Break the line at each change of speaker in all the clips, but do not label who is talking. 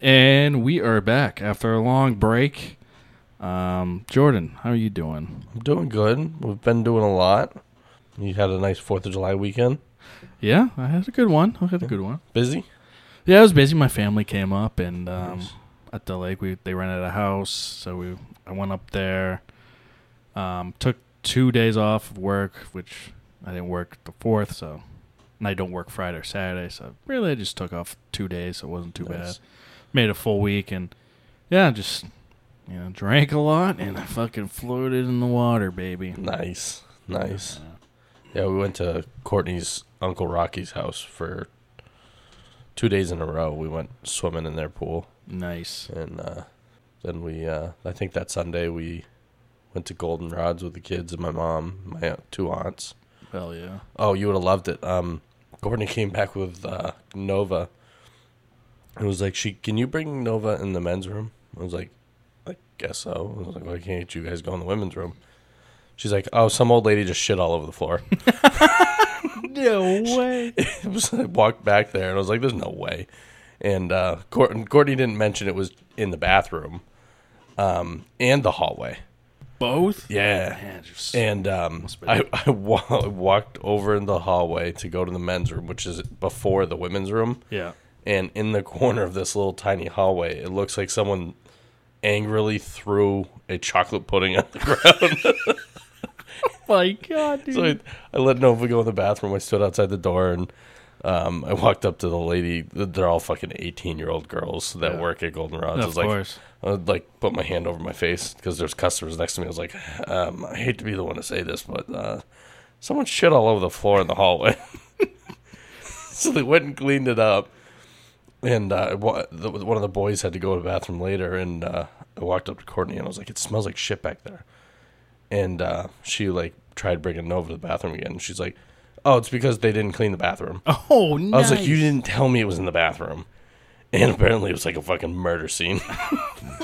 And we are back after a long break. Um, Jordan, how are you doing?
I'm doing good. We've been doing a lot. You had a nice Fourth of July weekend.
Yeah, I had a good one. I had a good one.
Busy.
Yeah, I was busy. My family came up, and um,
Nice.
at the lake, we they rented a house, so we I went up there. Um, took two days off of work, which I didn't work the fourth, so and I don't work Friday or Saturday, so really I just took off two days, so it wasn't too bad.
Nice.
Made a full week, and yeah, just you know drank a lot, and I fucking floated in the water, baby.
Nice. Nice. Yeah, we went to Courtney's Uncle Rocky's house for two days in a row. We went swimming in their pool.
Nice.
And uh, then we, uh, I think that Sunday, we went to Goldenrods with the kids and my mom, my aunt- two aunts.
Hell yeah.
Oh, you would have loved it. Um, Courtney came back with uh, Nova. It was like, she can you bring Nova in the men's room? I was like, I guess so. I was like, why can't you guys go in the women's room? She's like, oh, some old lady just shit all over the floor.
No way.
it was I walked back there and I was like, "There's no way." And uh, Cour- and Courtney didn't mention it was in the bathroom, um, and the hallway.
Both.
Yeah.
Man, just-
And um,
Must've
I, I wa- walked over in the hallway to go to the men's room, which is before the women's room.
yeah.
And in the corner of this little tiny hallway, it looks like someone angrily threw a chocolate pudding on the ground.
My God, dude.
So I, I let Nova go in the bathroom. I stood outside the door and um, I walked up to the lady. They're all fucking eighteen-year-old girls that
Yeah.
work at Golden Rods. I
of
was like,
course.
I would like put my hand over my face because there's customers next to me. I was like, um, I hate to be the one to say this, but uh, someone shit all over the floor in the hallway. so they went and cleaned it up. And uh, wa- the- one of the boys had to go to the bathroom later, and uh, I walked up to Courtney and I was like, "It smells like shit back there." And uh, she like tried bringing it over to the bathroom again. And she's like, "Oh, it's because they didn't clean the bathroom."
Oh, nice.
I was like, "You didn't tell me it was in the bathroom," and apparently it was like a fucking murder scene.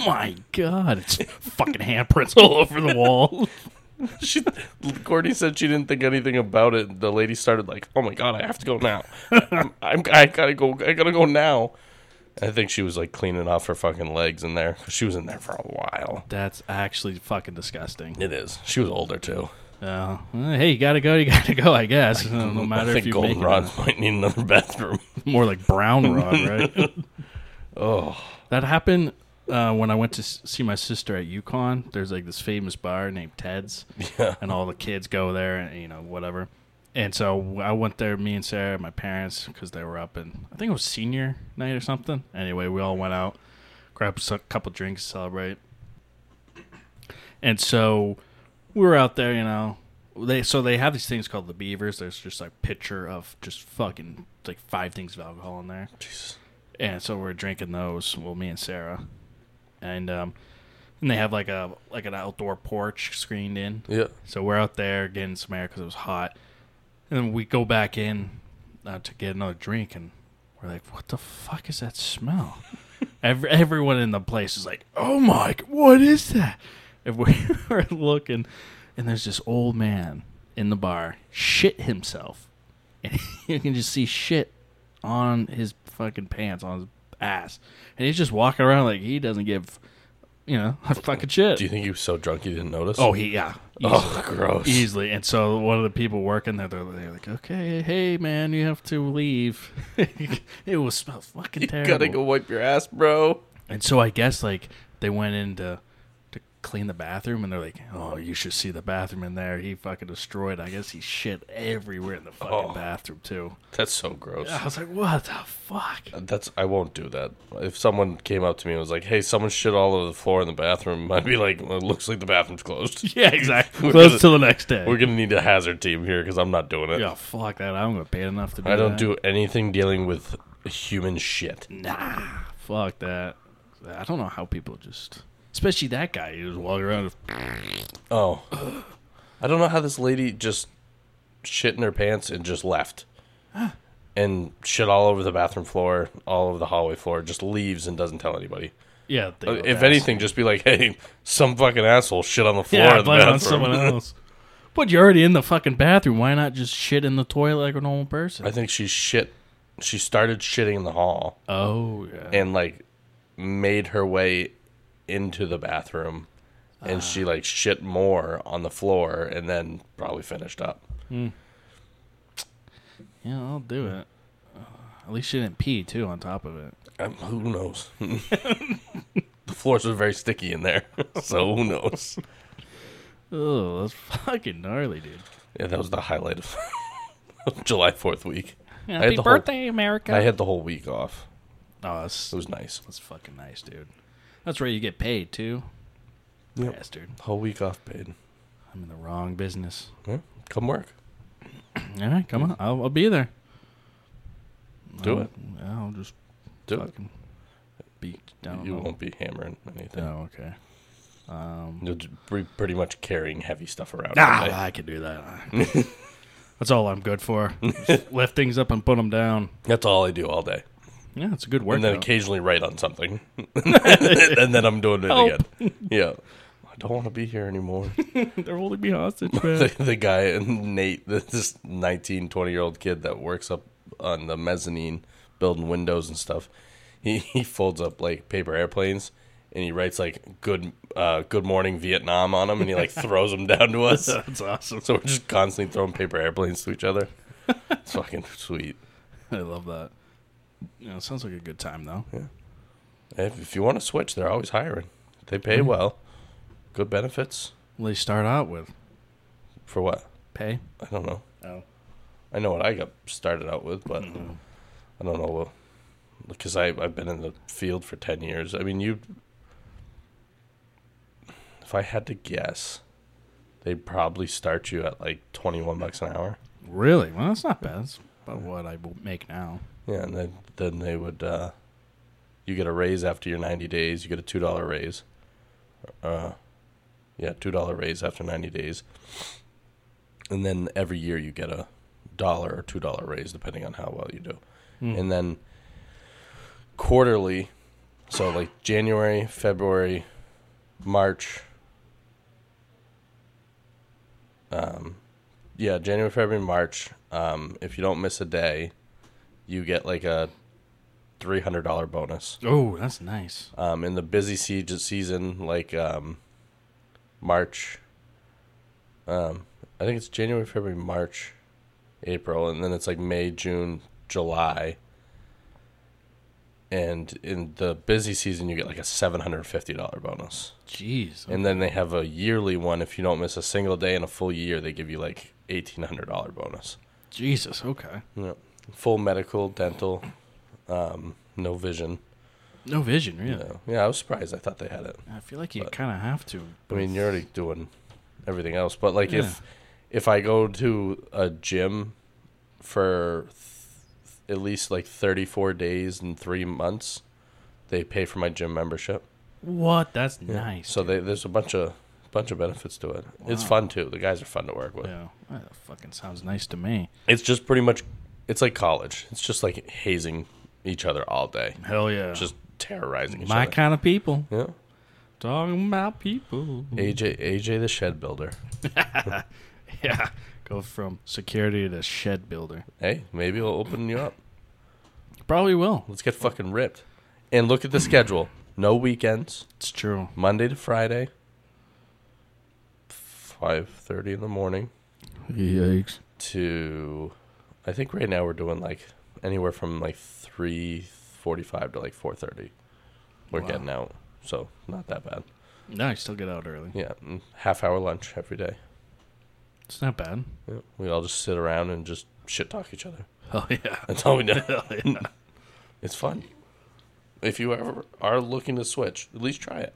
my God, it's fucking handprints all over the wall.
she Courtney said she didn't think anything about it. The lady started like, "Oh my god, I have to go now. I'm, I'm I gotta go. I gotta go now." I think she was like cleaning off her fucking legs in there. 'cause She was in there for a while.
That's actually fucking disgusting.
It is. She was older too.
Uh, hey, you gotta go, you gotta go, I guess. No, no matter
I
if
think
you make it
Goldenrods might need another bathroom.
or not. More like brown rod, right?
Oh,
that happened uh, when I went to s- see my sister at Yukon. There's like this famous bar named Ted's.
yeah.
and all the kids go there and you know whatever and so i went there me and sarah my parents because they were up and i think it was senior night or something anyway we all went out grabbed a couple drinks celebrate and so we were out there you know they so they have these things called the beavers there's just like picture of just fucking like five things of alcohol in there
Jesus.
and so we're drinking those. Well, me and Sarah, and um, and they have like a like an outdoor porch screened in.
Yeah.
So we're out there getting some air because it was hot, and then we go back in uh, to get another drink, and we're like, "What the fuck is that smell?" Every, everyone in the place is like, "Oh my, g- what is that?" And we were looking, and there's this old man in the bar shit himself, and you can just see shit on his fucking pants on his ass, and he's just walking around like he doesn't give, you know, a fucking shit.
Do you think he was so drunk he didn't notice?
oh, he yeah.
oh, gross.
Easily. And so one of the people working there, they're, they're like, okay, hey, man, you have to leave. it will smell fucking
you
terrible.
gotta go wipe your ass, bro.
And so I guess, like, they went in to, to clean the bathroom, and they're like, oh, you should see the bathroom in there. He fucking destroyed. I guess he shit everywhere in the fucking
Oh.
bathroom, too.
That's so gross.
I was like, what the fuck?
That's I won't do that. If someone came up to me and was like, "Hey, someone shit all over the floor in the bathroom," I'd be like, well, "It looks like the bathroom's closed.
Yeah, exactly.
We're
Close
gonna-
till the next day.
We're gonna need a hazard team here because I'm not doing it.
yeah, fuck that. I'm going to pay enough to do
I don't
that.
do anything dealing with human shit.
Nah, fuck that. I don't know how people just, especially that guy, he was walking around. With,
Oh, I don't know how this lady just shit in her pants and just left, and shit all over the bathroom floor, all over the hallway floor, just leaves and doesn't tell anybody.
yeah, they look
if
ass-
anything, just be like, "Hey, some fucking asshole shit on the floor
yeah,
in the
blame it
bathroom."
on someone else. But you're already in the fucking bathroom. Why not just shit in the toilet like a normal person?
I think she shit. She started shitting in the hall
oh yeah,
and like made her way into the bathroom and she like shit more on the floor and then probably finished up.
Yeah, I'll do it. Uh, At least she didn't pee too. On top of it,
Um, who knows? the floors were very sticky in there, so who knows?
oh, that's fucking gnarly, dude.
Yeah, that was the highlight of, of July Fourth week. had
Happy
the whole-
birthday, America!
I had the whole week off.
oh, that's
It was nice.
that's fucking nice, dude. That's where you get paid too,
Yep.
bastard.
Whole week off paid.
I'm in the wrong business.
Yeah, come work.
All right, come on, I'll, I'll be there.
Do
I'll-
it.
I'll just
Do
Mm,
it.
fucking beat down.
You won't be hammering anything.
Oh, okay. Um,
You'll just be pretty much carrying heavy stuff around.
ah,
all day.
I can do that. That's all I'm good for. Just lift things up and put them down.
That's all I do all day.
Yeah, it's a good
and then
workout.
occasionally write on something, and then I'm doing it
Help.
again. Yeah, I don't want to be here anymore.
They're holding me hostage, man.
the, the guy Nate, this 19, 20 year old kid that works up on the mezzanine, building windows and stuff. He he folds up like paper airplanes. And he writes like "good uh, good morning Vietnam" on them, and he like throws them down to us.
That's awesome.
So we're just constantly throwing paper airplanes to each other. It's fucking sweet.
I love that. Yeah, it sounds like a good time though.
If, if you want to switch, they're always hiring. They pay well, good benefits
What do they start out with?
for what?
Pay.
I don't know.
Oh.
I know what I got started out with, but I don't know. Because I I've been in the field for ten years. I mean, you. If I had to guess, they'd probably start you at like twenty one bucks an hour.
Really? Well, that's not bad. That's about what I will make now.
Yeah, and then then they would. Uh, you get a raise after your ninety days. You get a two dollar raise. Uh, yeah, two dollar raise after ninety days, and then every year you get a dollar or two dollar raise depending on how well you do,
Hmm.
and then quarterly. So like January, February, March. Um, yeah, January, February, March. Um, if you don't miss a day, you get like a three hundred dollar bonus.
Oh, that's nice.
Um, in the busy siege season, like um, March, um, I think it's January, February, March, April, and then it's like May, June, July. And in the busy season, you get like a seven hundred fifty dollar bonus,
Jeez.
and then they have a yearly one. If you don't miss a single day in a full year, they give you like eighteen hundred dollar bonus.
Jesus. Okay.
Yeah. Full medical, dental, um, no vision.
No vision, really.
Yeah. yeah, I was surprised. I thought they had it.
I feel like you
But-
kind of have to.
I mean, you're already doing everything else, but like if
Yeah.
if I go to a gym for th- at least like 34 days and 3 months, they pay for my gym membership.
what? That's nice.
So they, there's a bunch of bunch of benefits to it. It's
Wow.
fun too. The guys are fun to work with.
yeah, that fucking sounds nice to me.
It's just pretty much it's like college. It's just like hazing each other all day.
Hell yeah.
Just terrorizing each
my
other.
kind of people.
yeah.
Talking about people.
AJ AJ the shed builder.
Yeah. Go from security to shed builder.
Hey, maybe we'll open you up.
Probably will.
Let's get fucking ripped. And look at the schedule. No weekends.
It's true.
Monday to Friday. Five thirty in the morning
Yikes.
to I think right now we're doing like anywhere from like three forty five to like four thirty. We're
Wow.
getting out. So not that bad.
No, I still get out early.
Yeah. mm, Half hour lunch every day.
It's not bad.
Yeah. We all just sit around and just shit talk each other.
Oh yeah.
That's all we do.
Hell yeah.
It's fun. If you ever are looking to switch, at least try it.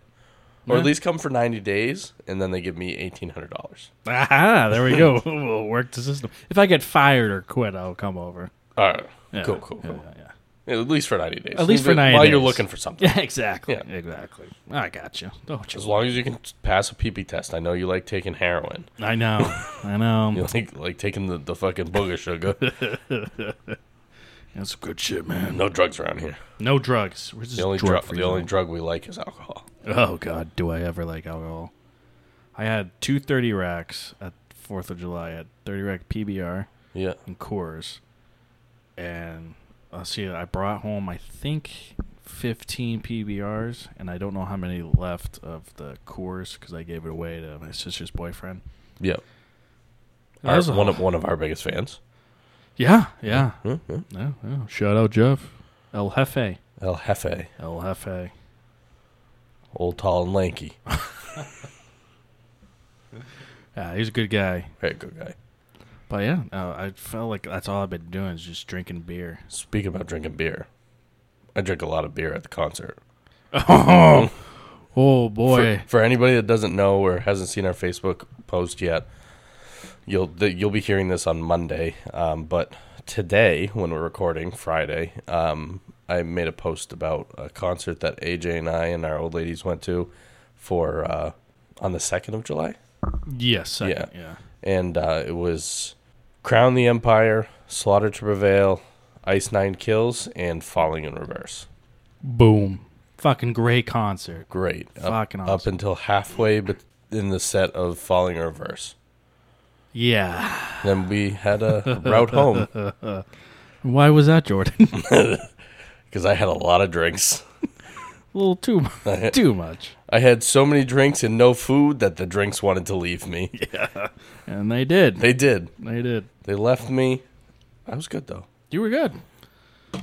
Or
Yeah.
at least come for 90 days, and then they give me $1,800.
Aha, there we go. we'll work the system. If I get fired or quit, I'll come over.
All right.
Yeah.
Cool, cool,
Yeah,
cool.
yeah, yeah.
At least for 90 days.
At least for
While
90
While you're
days.
looking for something.
Yeah, exactly.
Yeah.
Exactly. I got you. Don't you?
As long as you can pass a PP test. I know you like taking heroin.
I know. I know.
You like, like taking the, the fucking booger sugar.
That's good shit, man.
No drugs around here.
No drugs. We're just
The only,
drug
drug the only drug we like is alcohol.
Oh god, do I ever like alcohol? I had two thirty racks at Fourth of July. I had thirty rack PBR
Yeah.
and Coors, and let's see, I brought home I think 15 PBRs, and I don't know how many left of the Coors because I gave it away to my sister's boyfriend.
Yep.
That
Our-
was a-
one of one of our biggest fans.
Yeah, yeah,
Hmm, hmm.
yeah, yeah. Shout out Jeff, El Jefe,
El Jefe,
El Jefe.
old tall and lanky,
Yeah, he's a good guy.
very good guy.
But yeah, uh, I felt like that's all I've been doing is just drinking beer.
Speaking about drinking beer, I drink a lot of beer at the concert.
Oh, boy.
For, for anybody that doesn't know or hasn't seen our Facebook post yet, you'll th- you'll be hearing this on Monday. Um, but today, when we're recording Friday, um, I made a post about a concert that AJ and I and our old ladies went to for uh, on the second of July,
yes, second, yeah.
and uh, it was Crown the Empire, Slaughter to Prevail, Ice Nine Kills, and Falling in Reverse.
Boom. Fucking great concert.
Great, up,
Fucking awesome.
up until halfway, but in the set of Falling in Reverse.
Yeah.
Then we had a route home
Why was that, Jordan? a
because I had a lot of drinks.
little too mu- too much.
I had so many drinks and no food that the drinks wanted to leave me.
And they did.
They did.
They did.
They left me. I was good though.
You were good.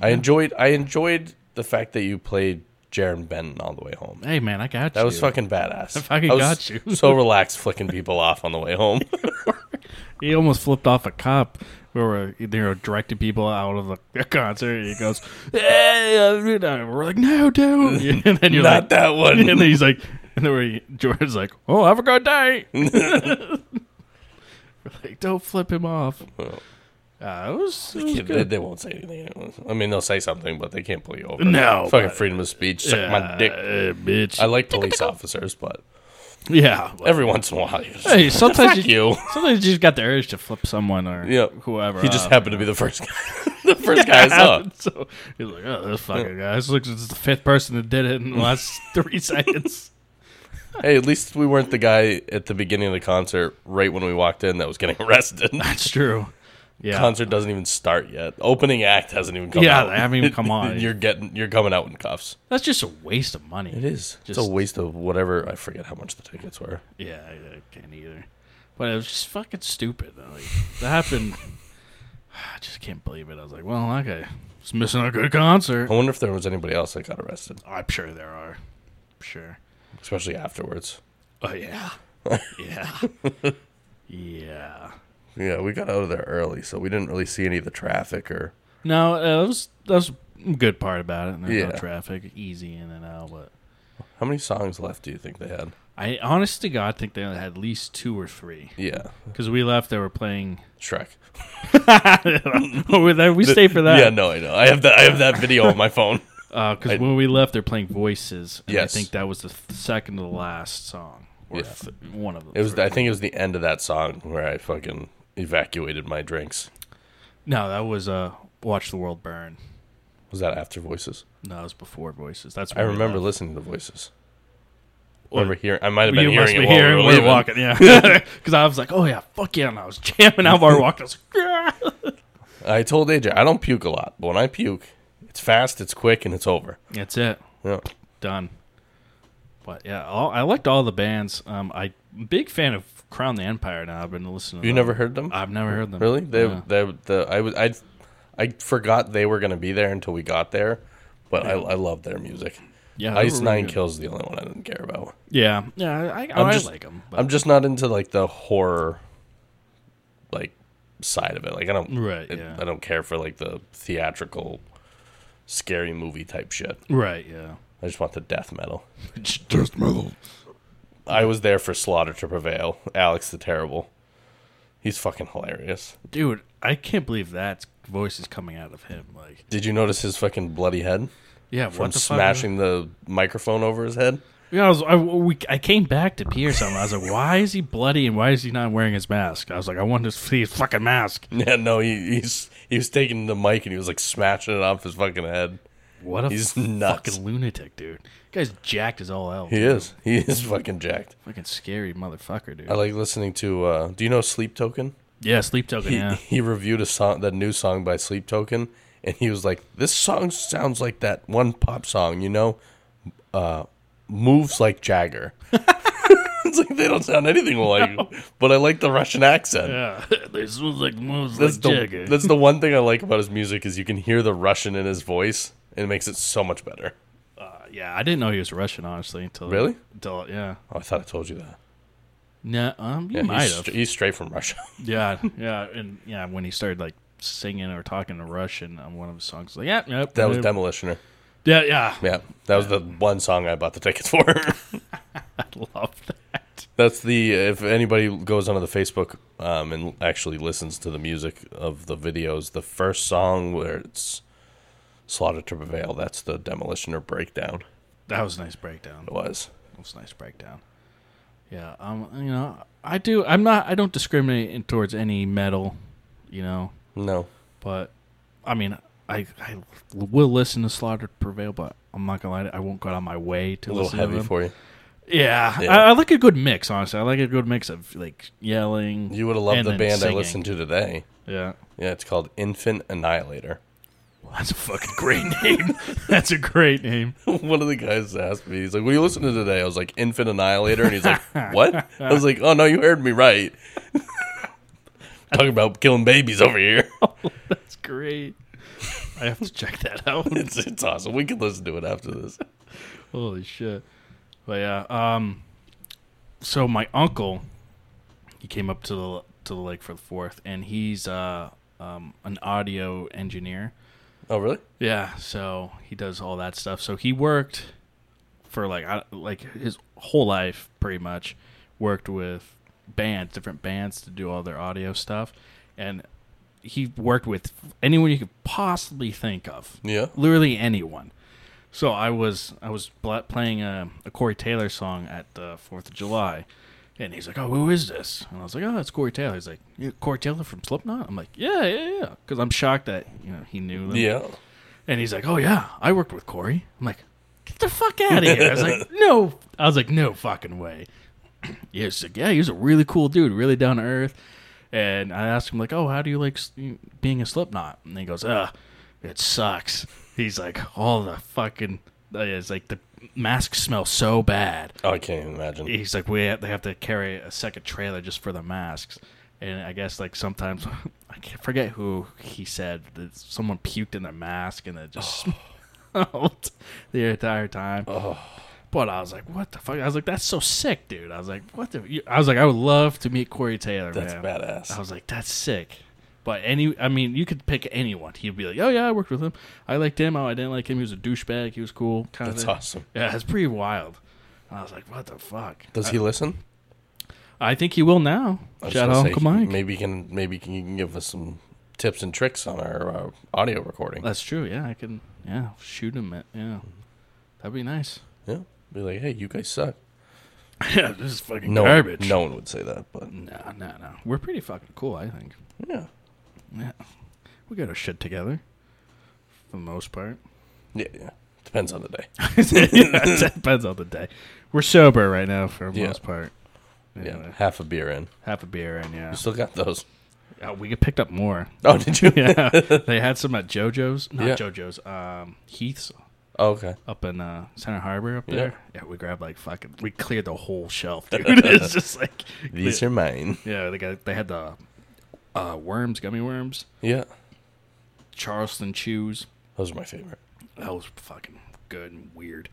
I enjoyed. I enjoyed the fact that you played Jaron Benton all the way home.
Hey man, I got you.
That was fucking badass. I
fucking
was
got you.
so relaxed, flicking people off on the way home.
He almost flipped off a cop. We were you know directing people out of the- the concert. And he goes, "Hey," uh, you know, we're like, "No, dude!" And then you're
Not
like,
that one.
and then he's like, and then we, Jordan's like, "Oh, have a good day." we're like, "Don't flip him off."
Well.
Uh, it was, it was
Yeah, they,
good.
they won't say anything. I mean, they'll say something, but they can't pull you over.
No,
fucking
Oh, but-
freedom of speech. Suck my
Yeah,
dick.
uh, bitch.
I like police officers, but
yeah. well,
every once in a while, you just,
hey, sometimes
fuck
you,
you.
sometimes you just got the urge to flip someone or
Yeah.
whoever. uh,
He just
off.
happened to be the first guy. the first guy I saw.
So he's like, oh, this fucking guy. This looks this is the fifth person that did it in the last three seconds.
Hey, at least we weren't the guy at the beginning of the concert, right when we walked in, that was getting arrested.
That's true. Yeah.
concert doesn't even start yet. Opening act hasn't even come
Yeah,
out.
they haven't even come on.
you're getting, you're coming out in cuffs.
That's just a waste of money.
It is. Just, it's
Just-
a waste of whatever. I forget how much the tickets were.
Yeah, I, I can't either. But it was just fucking stupid. Like, that happened. I just can't believe it. I was like, well, okay. It's missing a good concert.
I wonder if there was anybody else that got arrested,
I'm sure there are. I'm sure.
especially afterwards.
Oh, yeah. Yeah. yeah.
Yeah, we got out of there early, so we didn't really see any of the traffic or.
No, uh, that was that was a good part about it. and There's no
Yeah.
traffic, easy in and out. But
How many songs left do you think they had?
I honest to God think they had at least two or three
Yeah,
because we left. They were playing.
Shrek.
we we stayed for
Yeah,
that.
no, I know. I have that. I have that video on my phone.
because
I-
Uh, when we left, they're playing Voices. And
Yes.
I think that was the th- second to the last song. Or
Yeah.
th- one of them.
It was. I think it was the end of that song where I fucking evacuated my drinks.
no, that was uh, Watch the World Burn.
Was that after Voices?
No, it was before Voices. That's
I
when we
remember
left.
listening to Voices.
What?
Remember hearing? I might have been
You must be
hearing it while
here.
we
We
were,
were
leaving.
walking, yeah. Because I was like, "Oh yeah, fuck yeah!" And I was jamming out while we walked. I was like, "Yeah."
I told AJ I don't puke a lot, but when I puke, it's fast, it's quick, and it's over.
That's it.
Yeah.
Done. But yeah, all, I liked all the bands. Um, I big fan of Crown the Empire. Now I've been listening. To
You
them.
never heard them?
I've never heard them.
Really? They,
Yeah.
they, the, I, was- I, I forgot they were going to be there until we got there, but I, I love their music.
Yeah, they were
Ice
really
Nine
good.
Kills is the only one I didn't care about.
Yeah, yeah. I, I,
I'm
I
just-
like them.
I'm just not into like the horror, like side of it. Like I don't,
Right,
I,
yeah.
I don't care for like the theatrical, scary movie type shit.
right. Yeah.
I just want the death metal.
Just metal.
I was there for Slaughter to Prevail. Alex the Terrible. He's fucking hilarious.
Dude, I can't believe that voice is coming out of him. Like,
Did you notice his fucking bloody head
yeah,
from
what the
smashing the microphone over his head?
Fuck? Yeah, I, was, I, we, I came back to pee or something. I was like, why is he bloody and why is he not wearing his mask? I was like, I want to see his fucking mask.
Yeah, no, he, he's he was taking the mic and he was like smashing it off his fucking head.
What a
He's nuts.
fucking lunatic, dude. Guy's jacked as all hell.
He is. He is fucking jacked.
Fucking scary motherfucker, dude.
I like listening to. Uh, do you know Sleep Token?
yeah, sleep token.
He,
yeah,
he reviewed a song, that new song by Sleep Token, and he was like, "This song sounds like that one pop song, you know, uh, moves like Jagger." it's like they don't sound anything alike, but I like the Russian accent.
Yeah, this was like moves
That's
like
the
Jagger.
that's the one thing I like about his music is you can hear the Russian in his voice, and it makes it so much better.
Uh, yeah, I didn't know he was Russian honestly until
Really?
Until yeah,
Oh, I thought I told you that.
no, um, you
Yeah,
might
he's,
have.
stra- he's straight from Russia.
Yeah, yeah, and yeah, when he started like singing or talking to Russian on one of his songs, like yeah, yep,
That was
yep.
Demolitioner.
Yeah, yeah,
Yeah, that was the one song I bought the tickets for.
I love that.
That's the if anybody goes onto the Facebook um, and actually listens to the music of the videos, the first song where it's "Slaughter to Prevail." That's the Demolitioner breakdown.
That was a nice breakdown.
It was.
That was a nice breakdown. Yeah, um, you know, I do. I'm not. I don't discriminate in- towards any metal, you know.
No,
But I mean, I I will listen to Slaughter to Prevail, but I'm not gonna lie. To you, I won't go out of my way to
a little
listen to
heavy
them.
for you.
Yeah,
Yeah.
I, I like a good mix. Honestly, I like a good mix of like yelling.
You would have loved
And
the
then
band
singing.
I listened to today.
yeah,
Yeah, it's called Infant Annihilator.
well, that's a fucking great name. that's a great name.
One of the guys asked me, he's like, "What are you listening to today?" I was like, "Infant Annihilator," and he's like, "What?" I was like, "Oh no, you heard me right." Talking about killing babies over here.
That's great. I have to check that out.
It's it's awesome. We can listen to it after this.
Holy shit. But yeah, um so my uncle he came up to the to the lake for the fourth and he's uh um an audio engineer.
Oh really?
Yeah, so he does all that stuff. So he worked for like I, like his whole life pretty much worked with bands, different bands to do all their audio stuff and he worked with anyone you could possibly think of
Yeah.
literally anyone. So I was I was bla playing a, a Corey Taylor song at the Fourth of July, and he's like, "Oh, who is this?" And I was like, "Oh, it's Corey Taylor." He's like, "You Corey Taylor from Slipknot?" I'm like, "Yeah, yeah, yeah," because I'm shocked that you know he knew. Them.
Yeah.
And he's like, "Oh yeah, I worked with Corey." I'm like, "Get the fuck out of here!" I was like, "No," I was like, "No fucking way." Yeah, he's like, "Yeah, he was a really cool dude, really down to earth." And I asked him like, "Oh, how do you like s- being a Slipknot?" And he goes, "Uh, it sucks." He's like, "All the fucking," uh, it's like the masks smell so bad
Oh, I can't even imagine.
he's like we have, they have to carry a second trailer just for the masks and i guess like sometimes i can't forget who he said that someone puked in their mask and it just
Oh.
smelled the entire time but i was like what the fuck i was like that's so sick dude i was like what the you- i was like i would love to meet corey taylor
That's
man.
badass.
I was like, that's sick. But any, I mean, you could pick anyone. He'd be like, oh yeah, I worked with him. I liked him. Oh, I didn't like him. He was a douchebag. He was cool. Kind
That's
of thing.
awesome.
Yeah, it's pretty wild. And I was like, what the fuck?
Does he listen?
I think he will now.
I was
Uh, Shout
gonna
out
say,
Uncle Mike.
Maybe you can maybe can, you can give us some tips and tricks on our uh, audio recording.
That's true. Yeah, I can. Yeah, shoot him. At, yeah,
Mm.
that'd be nice.
yeah. Be like, hey, you guys suck.
yeah, this is fucking
No,
garbage.
no one would say that, but
no, no, no. We're pretty fucking cool. I think.
yeah,
Yeah, we got our shit together for the most part.
yeah, yeah. Depends on the day.
it depends on the day. We're sober right now for the
Yeah.
most part.
Yeah,
Anyway,
half a beer in.
half a beer and yeah,
You still got those?
Uh, we picked up more.
Oh, did you?
yeah, they had some at JoJo's, not
Yeah.
JoJo's, um, Heath's
Oh, okay.
up in uh, Center Harbor up
Yeah.
there. Yeah, we grabbed like fucking. We cleared the whole shelf, dude. it's just like
These are mine.
yeah, they got they had the uh, worms, gummy worms,
Yeah,
Charleston chews.
those are my favorite.
That was fucking good and weird,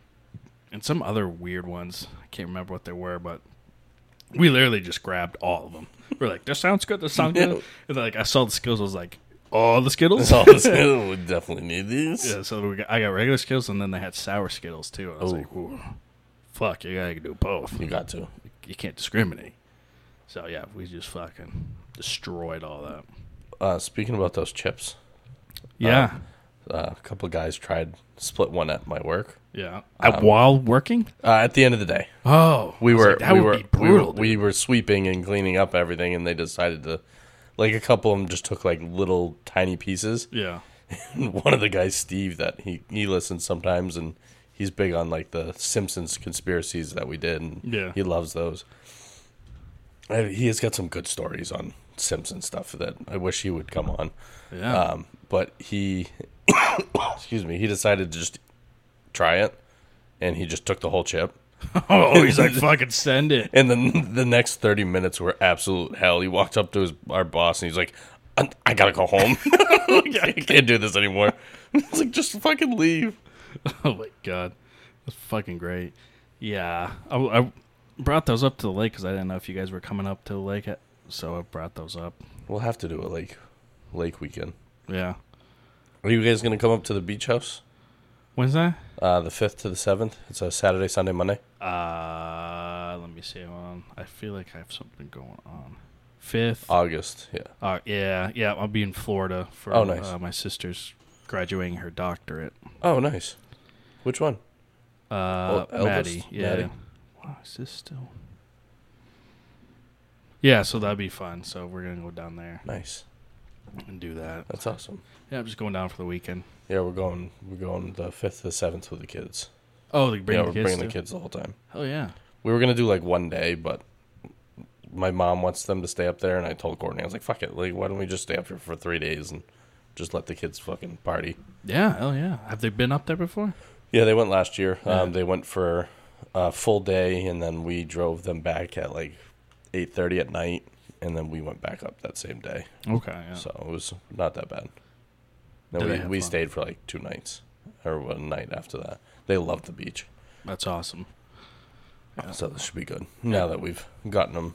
and some other weird ones. I can't remember what they were, but we literally just grabbed all of them. We're like, this sounds good. This sounds good. And then, like I saw the Skittles, I was like, all the Skittles.
So we definitely need these.
Yeah, so we got, I got regular Skittles, and then they had sour Skittles too. And I was
Ooh.
like, Ooh, fuck, you gotta do both.
You got to.
you can't discriminate. So yeah, we just fucking destroyed all that.
Uh, speaking about those chips,
Yeah,
uh, a couple of guys tried split one at my work.
yeah. while working,
Uh, at the end of the day,
oh,
we
I was
were
like, that
we
would
were,
be brutal.
We were, we were sweeping and cleaning up everything, and they decided to, like, a couple of them just took like little tiny pieces.
dude. yeah,
And one of the guys, Steve, that he he listens sometimes, and he's big on like the Simpsons conspiracies that we did, and
Yeah.
he loves those. And He has got some good stories on Simpson stuff that I wish he would come on.
Yeah.
Um, but he, excuse me, he decided to just try it, and he just took the whole chip.
oh, he's like, fucking send it.
And then the next thirty minutes were absolute hell. He walked up to his our boss and he's like, "I, I gotta go home. I can't do this anymore." It's like just fucking leave.
Oh my god, that's fucking great. Yeah, I, I brought those up to the lake because I didn't know if you guys were coming up to the lake, at, so I brought those up.
We'll have to do a lake, lake weekend.
Yeah,
Are you guys gonna come up to the beach house?
when's that?
Uh, the fifth to the seventh. It's a Saturday, Sunday, Monday.
Uh, let me see. hold on. I feel like I have something going on. Fifth.
August. Yeah.
Uh, yeah, yeah. I'll be in Florida for
Oh, nice.
uh, my sister's graduating her doctorate.
Oh, nice. Which one?
Uh,
Oh, eldest,
Maddie. Yeah.
Maddie.
Wow, is this still? Yeah, so that'd be fun. So we're gonna go down there
Nice.
and do that.
That's awesome.
Yeah, I'm just going down for the weekend.
Yeah, we're going. We're going the fifth to the seventh with the kids.
Oh, they bring
yeah,
the
we're
kids.
bringing the
too?
kids the whole time.
Oh yeah.
We were gonna do like one day, but my mom wants them to stay up there, and I told Courtney, I was like, "Fuck it, like why don't we just stay up here for three days and just let the kids fucking party?"
Yeah, hell yeah. Have they been up there before?
Yeah, they went last year. Um,
Yeah.
they went for a full day, and then we drove them back at like eight thirty at night, and then we went back up that same day.
Okay, yeah.
So it was not that bad.
Oh.
No,
Did they
we,
have
we
fun?
stayed for like two nights or one night after that. They loved the beach,
That's awesome. Yeah.
so this should be good. Now that we've gotten them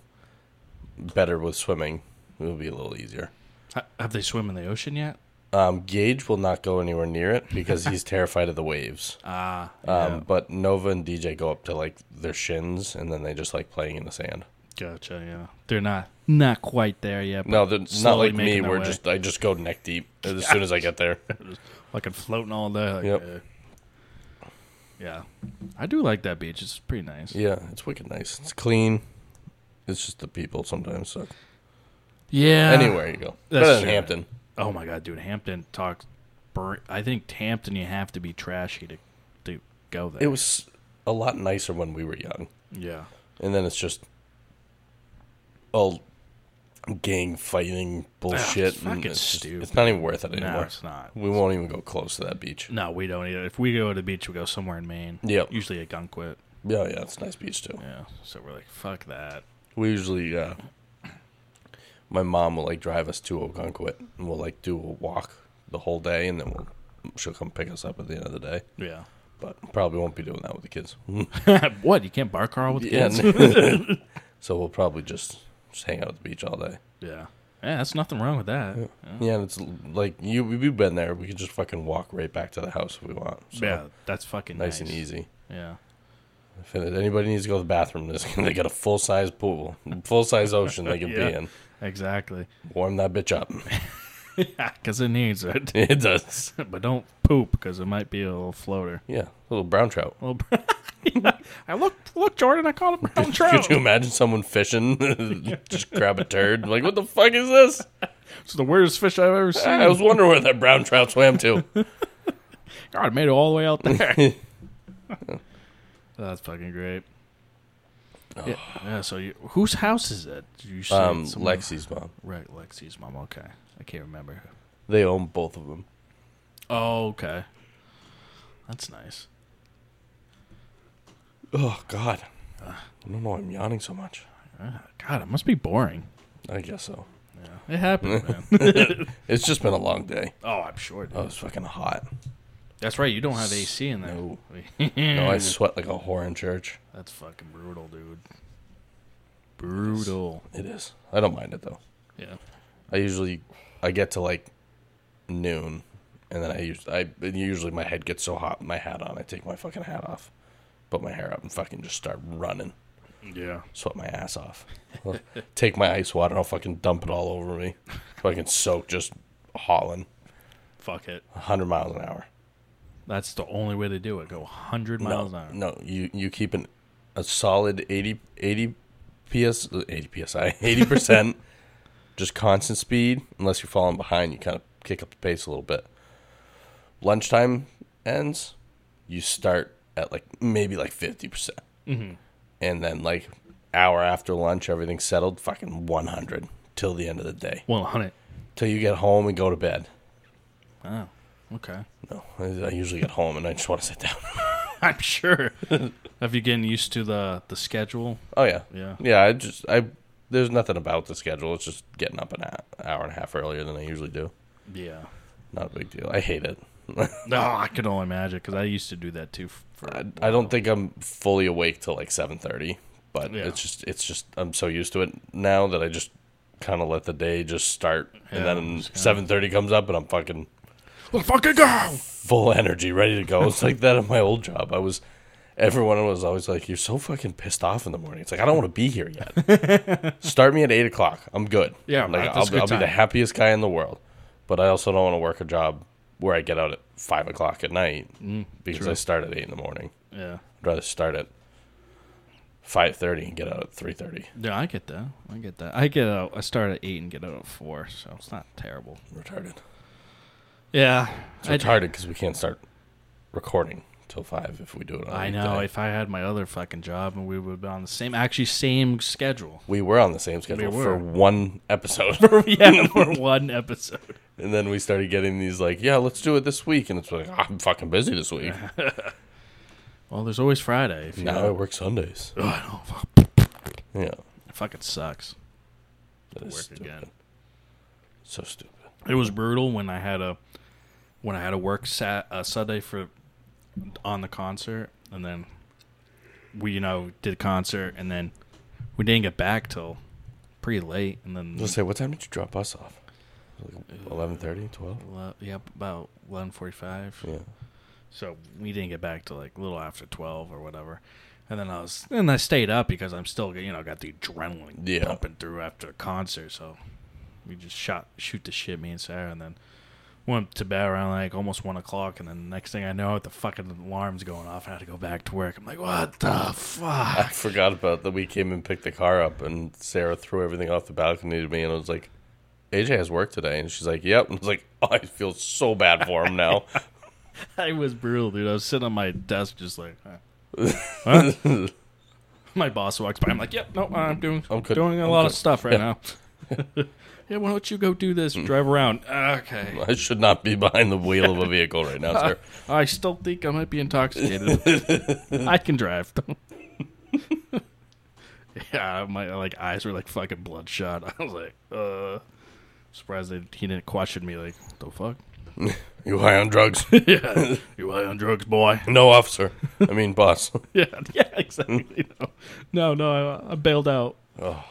better with swimming, it'll be a little easier.
Ha- Have they swim in the ocean yet?
Um, Gage will not go anywhere near it because he's terrified of the waves.
Ah,
Um, But Nova and DJ go up to like their shins, and then they just like playing in the sand.
gotcha. Yeah, they're not not quite there yet. But
No, they're not
Slowly
like me.
making their
Where
way.
just I just go neck deep as soon as I get there.
fucking floating all day. Like,
Yep.
uh, yeah, I do like that beach. It's pretty nice.
Yeah, it's wicked nice. It's clean. It's just the people sometimes suck.
Yeah.
Anywhere you go,
Uh, That's
better than
true.
Hampton.
Oh my god, dude, Hampton talks. Bur- I think to Hampton, you have to be trashy to to go there.
It was a lot nicer when we were young,
yeah.
and then it's just all gang fighting bullshit.
it's
and
Ah, fucking
it's, just-
stupid.
it's not even worth it
No,
anymore.
it's not.
we won't even go close to that beach.
No, we don't either. If we go to the beach, we go somewhere in Maine.
Yep.
Usually a gunquit.
Yeah, yeah, it's a nice beach too.
Yeah. So we're like, fuck that.
We usually, uh, my mom will like drive us to Ogunquit, and we'll like do a walk the whole day, and then we'll she'll come pick us up at the end of the day.
Yeah.
But probably won't be doing that with the kids.
what? You can't bar crawl with the
Yeah,
kids?
n- so we'll probably just just hang out at the beach all day.
Yeah. Yeah, that's nothing wrong with that. Yeah.
Yeah, and it's l- like you we've been there. We can just fucking walk right back to the house if we want. So
Yeah, that's fucking
nice,
nice,
and easy.
Yeah.
If anybody needs to go to the bathroom, this- they got a full size pool, full size ocean they can
Yeah.
be in.
Exactly.
Warm that bitch up.
Yeah, because it needs it.
it does.
but don't poop because it might be a little floater.
Yeah, little brown trout.
Well, I look, look, Jordan. I caught a brown trout.
Could you imagine someone fishing, just grab a turd? Like, what the fuck is this?
It's the weirdest fish I've ever seen.
I was wondering where that brown trout swam to.
God, it made it all the way out there. that's fucking great. Yeah, yeah, so you, whose house is it? Did You say
Um,
it's someone-
Lexi's mom.
Right, Lexi's mom. Okay. I can't remember.
They own both of them.
Oh, okay. That's nice.
Oh God, I don't know. why I'm yawning so much.
Uh, God, it must be boring.
I guess so.
It happens, man.
It's just been a long day.
oh, I'm sure, dude.
I was fucking hot.
That's right. You don't have AC in there.
No. No, I sweat like a whore in church.
That's fucking brutal, dude. Brutal.
It is. I don't mind it though.
Yeah.
I usually, I get to like noon, and then I usually, I and usually my head gets so hot, my hat on, I take my fucking hat off, put my hair up, and fucking just start running,
Yeah.
sweat my ass off. take my ice water, and I'll fucking dump it all over me, fucking soak, just hauling,
Fuck it.
hundred miles an hour.
That's the only way to do it. Go 100 miles
no,
an hour.
No, you you keep an a solid 80, 80 PS uh, eighty psi eighty percent, just constant speed. Unless you're falling behind, you kind of kick up the pace a little bit. Lunchtime ends, you start at like maybe like fifty percent, and then like hour after lunch, everything's settled. Fucking one hundred. till the end of the day,
Well, hunt it.
till you get home and go to bed.
Oh, okay.
No, I I usually get home and I just want to sit down.
I'm sure. Have you getting used to the the schedule?
Oh yeah,
Yeah.
yeah. I just I there's nothing about the schedule. It's just getting up an hou- hour and a half earlier than I usually do.
Yeah.
Not a big deal. I hate it.
No, I could only imagine because I used to do that too. f- For
I, I don't think I'm fully awake till like seven thirty, but
Yeah.
it's just it's just I'm so used to it now that I just kind of let the day just start, and
Yeah,
then
just kinda-
seven thirty comes up and I'm fucking
Let's fucking go.
full energy, ready to go. It's like that at my old job. I was. Everyone was always like, "You're so fucking pissed off in the morning." It's like I don't want to be here yet. Start me at eight o'clock. I'm good.
Yeah,
like
that's
I'll,
a
be-
good
I'll be the
time.
happiest guy in the world. But I also don't want to work a job where I get out at five o'clock at night Mm, because I
true.
start at eight in the morning.
Yeah.
I'd rather start at five thirty and get out at three thirty.
Yeah, I get that. I get that. I get out. I start at eight and get out at four, so it's not terrible.
Retarded.
Yeah.
It's
I-
retarded because we can't start recording till five if we do it. On a
I know.
weekday.
If I had my other fucking job and we would be on the same, actually same schedule.
we were on the same schedule
We were.
for one episode,
yeah, for one episode.
and then we started getting these like, "Yeah, let's do it this week," and it's like, "Ah, "I'm fucking busy this week."
Well, there's always Friday. If you
now I
know.
work Sundays.
Ugh, I know. Fuck,
Yeah,
it fucking sucks.
that
to
is
Work
stupid.
again.
So stupid.
It was brutal when I had a when I had to work sat uh, Sunday for on the concert, and then we you know did concert, and then we didn't get back till pretty late, and then
Let's say, what time did you drop us off? Like 11.30, 12?
le- yeah about eleven forty five.
Yeah.
So we didn't get back to like a little after twelve or whatever. And then I was and I stayed up because I'm still you know got the adrenaline
Yeah.
pumping through after a concert. So we just shot shoot the shit me and Sarah and then went to bed around like almost one o'clock. And then next thing I know, the fucking alarm's going off. and I had to go back to work. I'm like, what the
I
fuck?
forgot about that. We came and picked the car up, and Sarah threw everything off the balcony to me, and I was like, "AJ has work today," and she's like, "Yep." And I was like, oh, "I feel so bad for him now."
I was brutal, dude. I was sitting on my desk just like. huh. Huh? My boss walks by. I'm like, "Yep, no, I'm doing,
I'm
I'm
good.
doing a
I'm
lot of
good."
stuff right now." yeah, why don't you go do this?
Mm.
Drive around. Okay.
I should not be behind the wheel of a vehicle right now, sir.
I still think I might be intoxicated. I can drive. yeah, my like eyes were like fucking bloodshot. I was like, uh, surprised that he didn't question me. Like, the fuck?
You high on drugs?
yeah, you high on drugs, boy?
no, officer. I mean, boss.
yeah, yeah, exactly. no, no, no I, I bailed out.
No,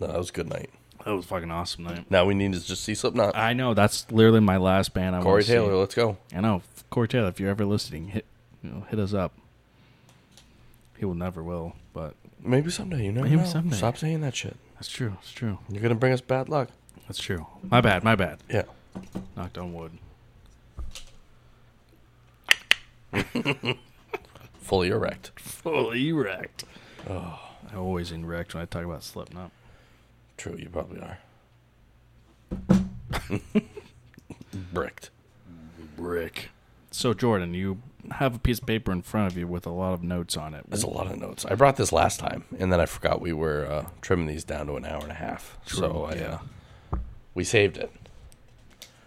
that was a good night.
That was a fucking awesome night.
Now we need to just see Slipknot.
I know that's literally my last band. I
Corey
wanna
Taylor, let's go.
See. I know Corey Taylor. If you're ever listening, hit you know, hit us up. He will never will, but
Maybe someday. You never
Maybe
know.
someday.
Stop saying that shit.
That's true. That's true.
You're gonna bring us bad luck.
That's true. My bad. My bad.
Yeah.
Knocked on wood.
Fully erect.
Fully wrecked. Oh. I always erect when I talk about Slipknot.
True, you probably are. Bricked.
Brick. So Jordan, you have a piece of paper in front of you with a lot of notes on it.
There's a lot of notes. I brought this last time, and then I forgot we were uh, trimming these down to an hour and a half. so I, uh, we saved it.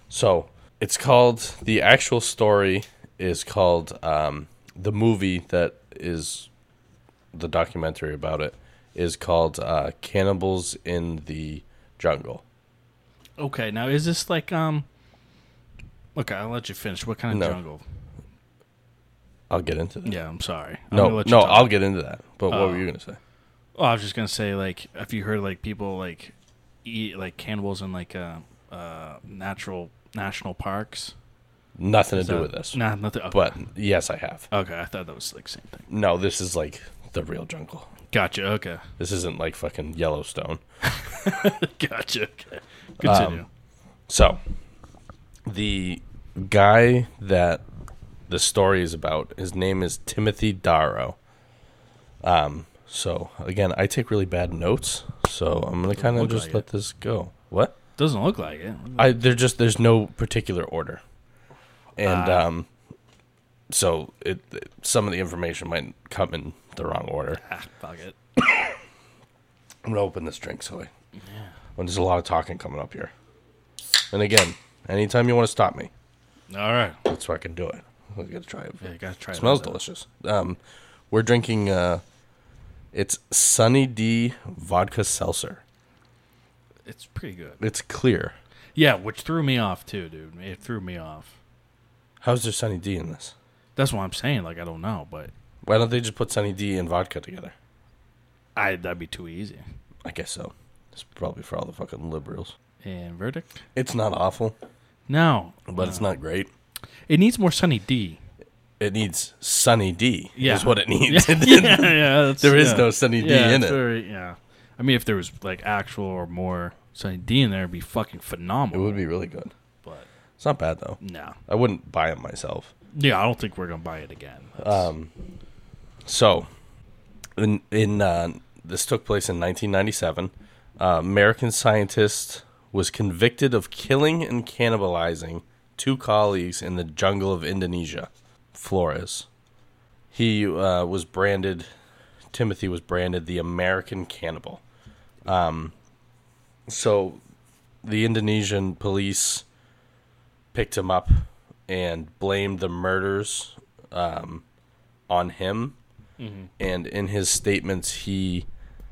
So it's called the actual story is called um, the movie that is the documentary about it is called uh, Cannibals in the Jungle.
Okay, now is this like um? Okay, I'll let you finish. What kind of
No.
jungle?
I'll get into that.
Yeah, I'm sorry. I'm gonna
no,
let you
no,
talk.
I'll get into that. But what
Oh.
were you gonna say?
Oh, I was just gonna say like, if you heard like people like eat like cannibals in like uh, uh natural national parks?
Nothing to
So-
do with this.
Nah, nothing. Okay.
But yes, I have.
okay, I thought that was like same thing.
No, this is like the real jungle.
Gotcha. Okay.
This isn't like fucking Yellowstone.
Gotcha. Okay. Continue.
Um, So, the guy that the story is about, his name is Timothy Darrow. Um, so again, I take really bad notes, so I'm gonna kind of
look
just
like
let this go. What?
Doesn't look like it.
I there just there's no particular order, and um, so it, it some of the information might come in the wrong order.
Ah, fuck it.
I'm gonna open this drink so I when there's a lot of talking coming up here. And again, anytime you want to stop me,
All right.
that's where I can do it. I gotta try it.
Yeah, you gotta try.
It smells
those out.
delicious. Um, we're drinking. Uh, it's Sunny D vodka seltzer.
It's pretty good.
It's clear.
Yeah, which threw me off too, dude. It threw me off.
How's there Sunny D in this?
That's what I'm saying. Like I don't know, but
Why don't they just put Sunny D and vodka together?
I that'd be too easy.
I guess so. It's probably for all the fucking liberals.
And verdict?
It's not awful,
No,
but it's not great.
it needs more Sunny D.
It needs Sunny D.
Yeah.
is what it
Yeah,
needs.
yeah, that's-
There is
yeah.
no Sunny D
yeah,
in
it's
it.
very- yeah, I mean, if there was like actual or more Sunny D in there, it'd be fucking
It
phenomenal.
would be really good.
But
It's not bad though.
no,
I wouldn't buy it myself.
yeah, I don't think we're gonna buy it again. That's-
Um, so, in, in uh, this took place in 1997. Uh, American scientist was convicted of killing and cannibalizing two colleagues in the jungle of Indonesia, Flores. He uh, was branded. Timothy was branded the American cannibal. Um, so, the Indonesian police picked him up and blamed the murders on him. And in his statements, he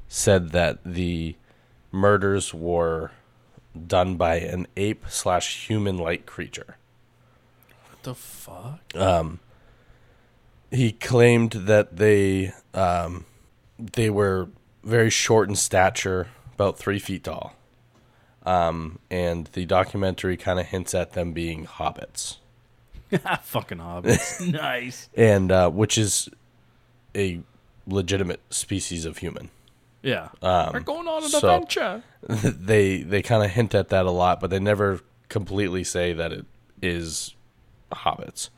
said that the murders were done by an ape slash human like creature.
what the fuck?
He claimed that they um, they were very short in stature, about three feet tall. Um, and the documentary kind of hints at them being hobbits.
fucking hobbits. nice.
And uh, which is a legitimate species of human.
Yeah, we're going on an
Um, so-
adventure.
they they kind of hint at that a lot, but they never completely say that it is hobbits.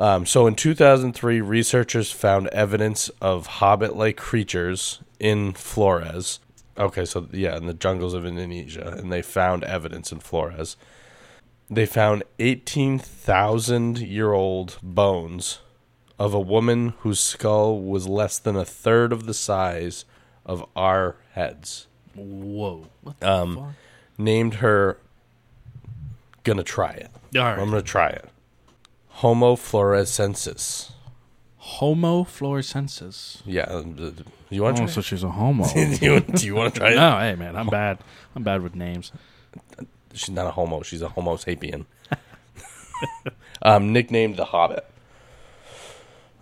Um, so in 2003, researchers found evidence of hobbit-like creatures in Flores. Okay, so yeah, in the jungles of Indonesia, and they found evidence in Flores. They found 18,000-year-old bones of a woman whose skull was less than a third of the size of our heads
Whoa, what the
Um,
fuck?
named her gonna try it.
All right.
I'm gonna try it. Homo florescensis.
Homo florescensis.
Yeah, um, d- d- you want
Oh,
to?
so she's a homo.
Do you, do you want to try it?
no, hey man, I'm bad. I'm bad with names.
She's not a homo. She's a Homo sapien. um, nicknamed the Hobbit.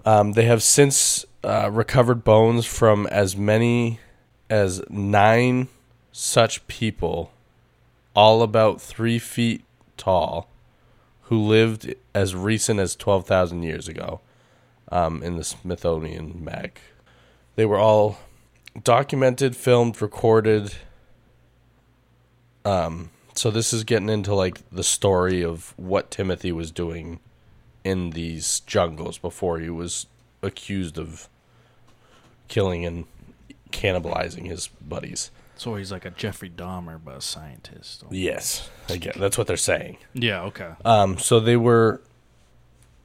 Um, they have since uh, recovered bones from as many as nine such people, all about three feet tall, who lived as recent as 12,000 years ago um, in the Smithsonian Mag. They were all documented, filmed, recorded, so this is getting into like the story of what Timothy was doing in these jungles before he was accused of killing and cannibalizing his buddies.
So he's like a Jeffrey Dahmer, but a scientist.
Yes, again, that's what they're saying.
Yeah. Okay.
Um, so they were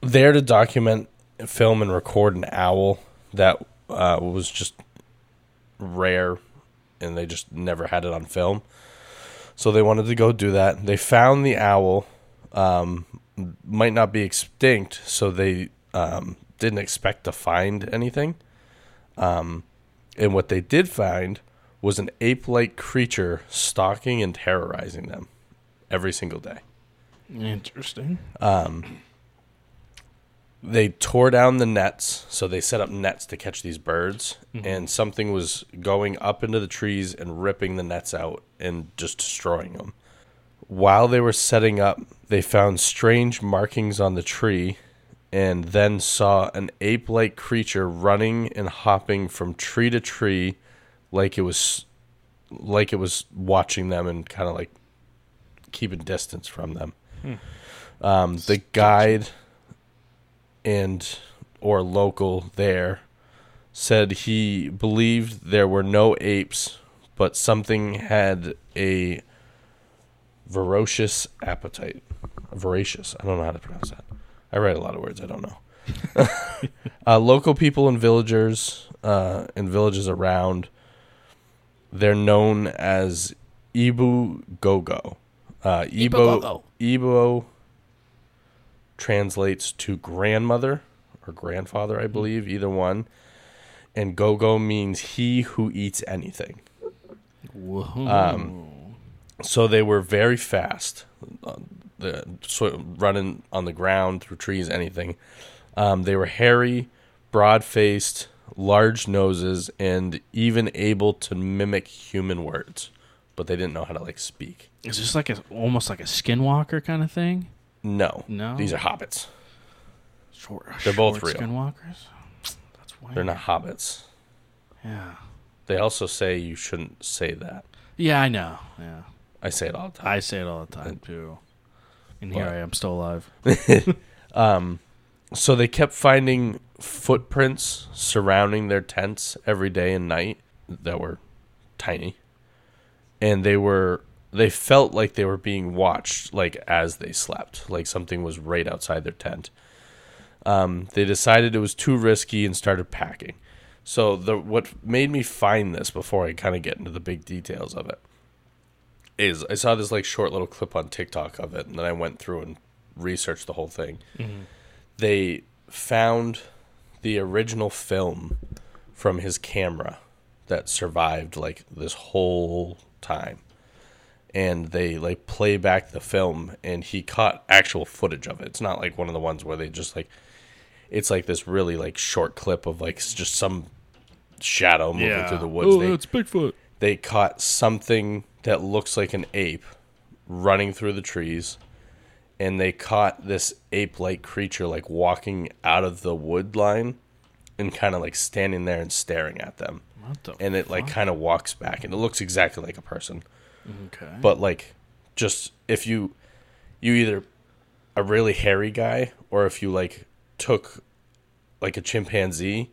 there to document, film, and record an owl that uh, was just rare, and they just never had it on film. So they wanted to go do that. They found the owl. Um, might not be extinct, so they um, didn't expect to find anything. Um, and what they did find was an ape-like creature stalking and terrorizing them every single day.
Interesting.
they tore down the nets so they set up nets to catch these birds and something was going up into the trees and ripping the nets out and just destroying them while they were setting up they found strange markings on the tree and then saw an ape-like creature running and hopping from tree to tree like it was like it was watching them and kind of like keeping distance from them um, the guide and or local there said he believed there were no apes, but something had a voracious appetite. Voracious. I don't know how to pronounce that. I write a lot of words. I don't know. uh, local people and villagers uh, and villages around. They're known as Ibu Gogo. Uh, Ibo
Ibogogo.
Ibo translates to grandmother or grandfather, I believe, either one. And Gogo means he who eats anything.
Whoa.
Um, So they were very fast, uh, the so running on the ground through trees, anything. Um, they were hairy, broad-faced, large noses, and even able to mimic human words, but they didn't know how to like speak.
Is this like a almost like a skinwalker kind of thing?
No,
No?
these are hobbits.
Short,
They're both
short
real.
skinwalkers. That's weird.
They're not hobbits.
Yeah.
They also say you shouldn't say that.
Yeah, I know. Yeah.
I say it all the time.
I say it all the time too. And here
What?
I am still alive.
So they kept finding footprints surrounding their tents every day and night that were tiny. And they were they felt like they were being watched like as they slept, like something was right outside their tent. Um, they decided it was too risky and started packing. So the what made me find this before I kind of get into the big details of it is I saw this like short little clip on TikTok of it and then I went through and researched the whole thing they found the original film from his camera that survived like this whole time and they like play back the film and he caught actual footage of it it's not like one of the ones where they just like it's like this really like short clip of like s- just some shadow moving through the woods They-
Bigfoot.
they caught something that looks like an ape running through the trees and they caught this ape-like creature like walking out of the wood line and kind of like standing there and staring at them
What the
and it like kind of walks back and it looks exactly like a person
okay.
but like just if you you either a really hairy guy or if you like took like a chimpanzee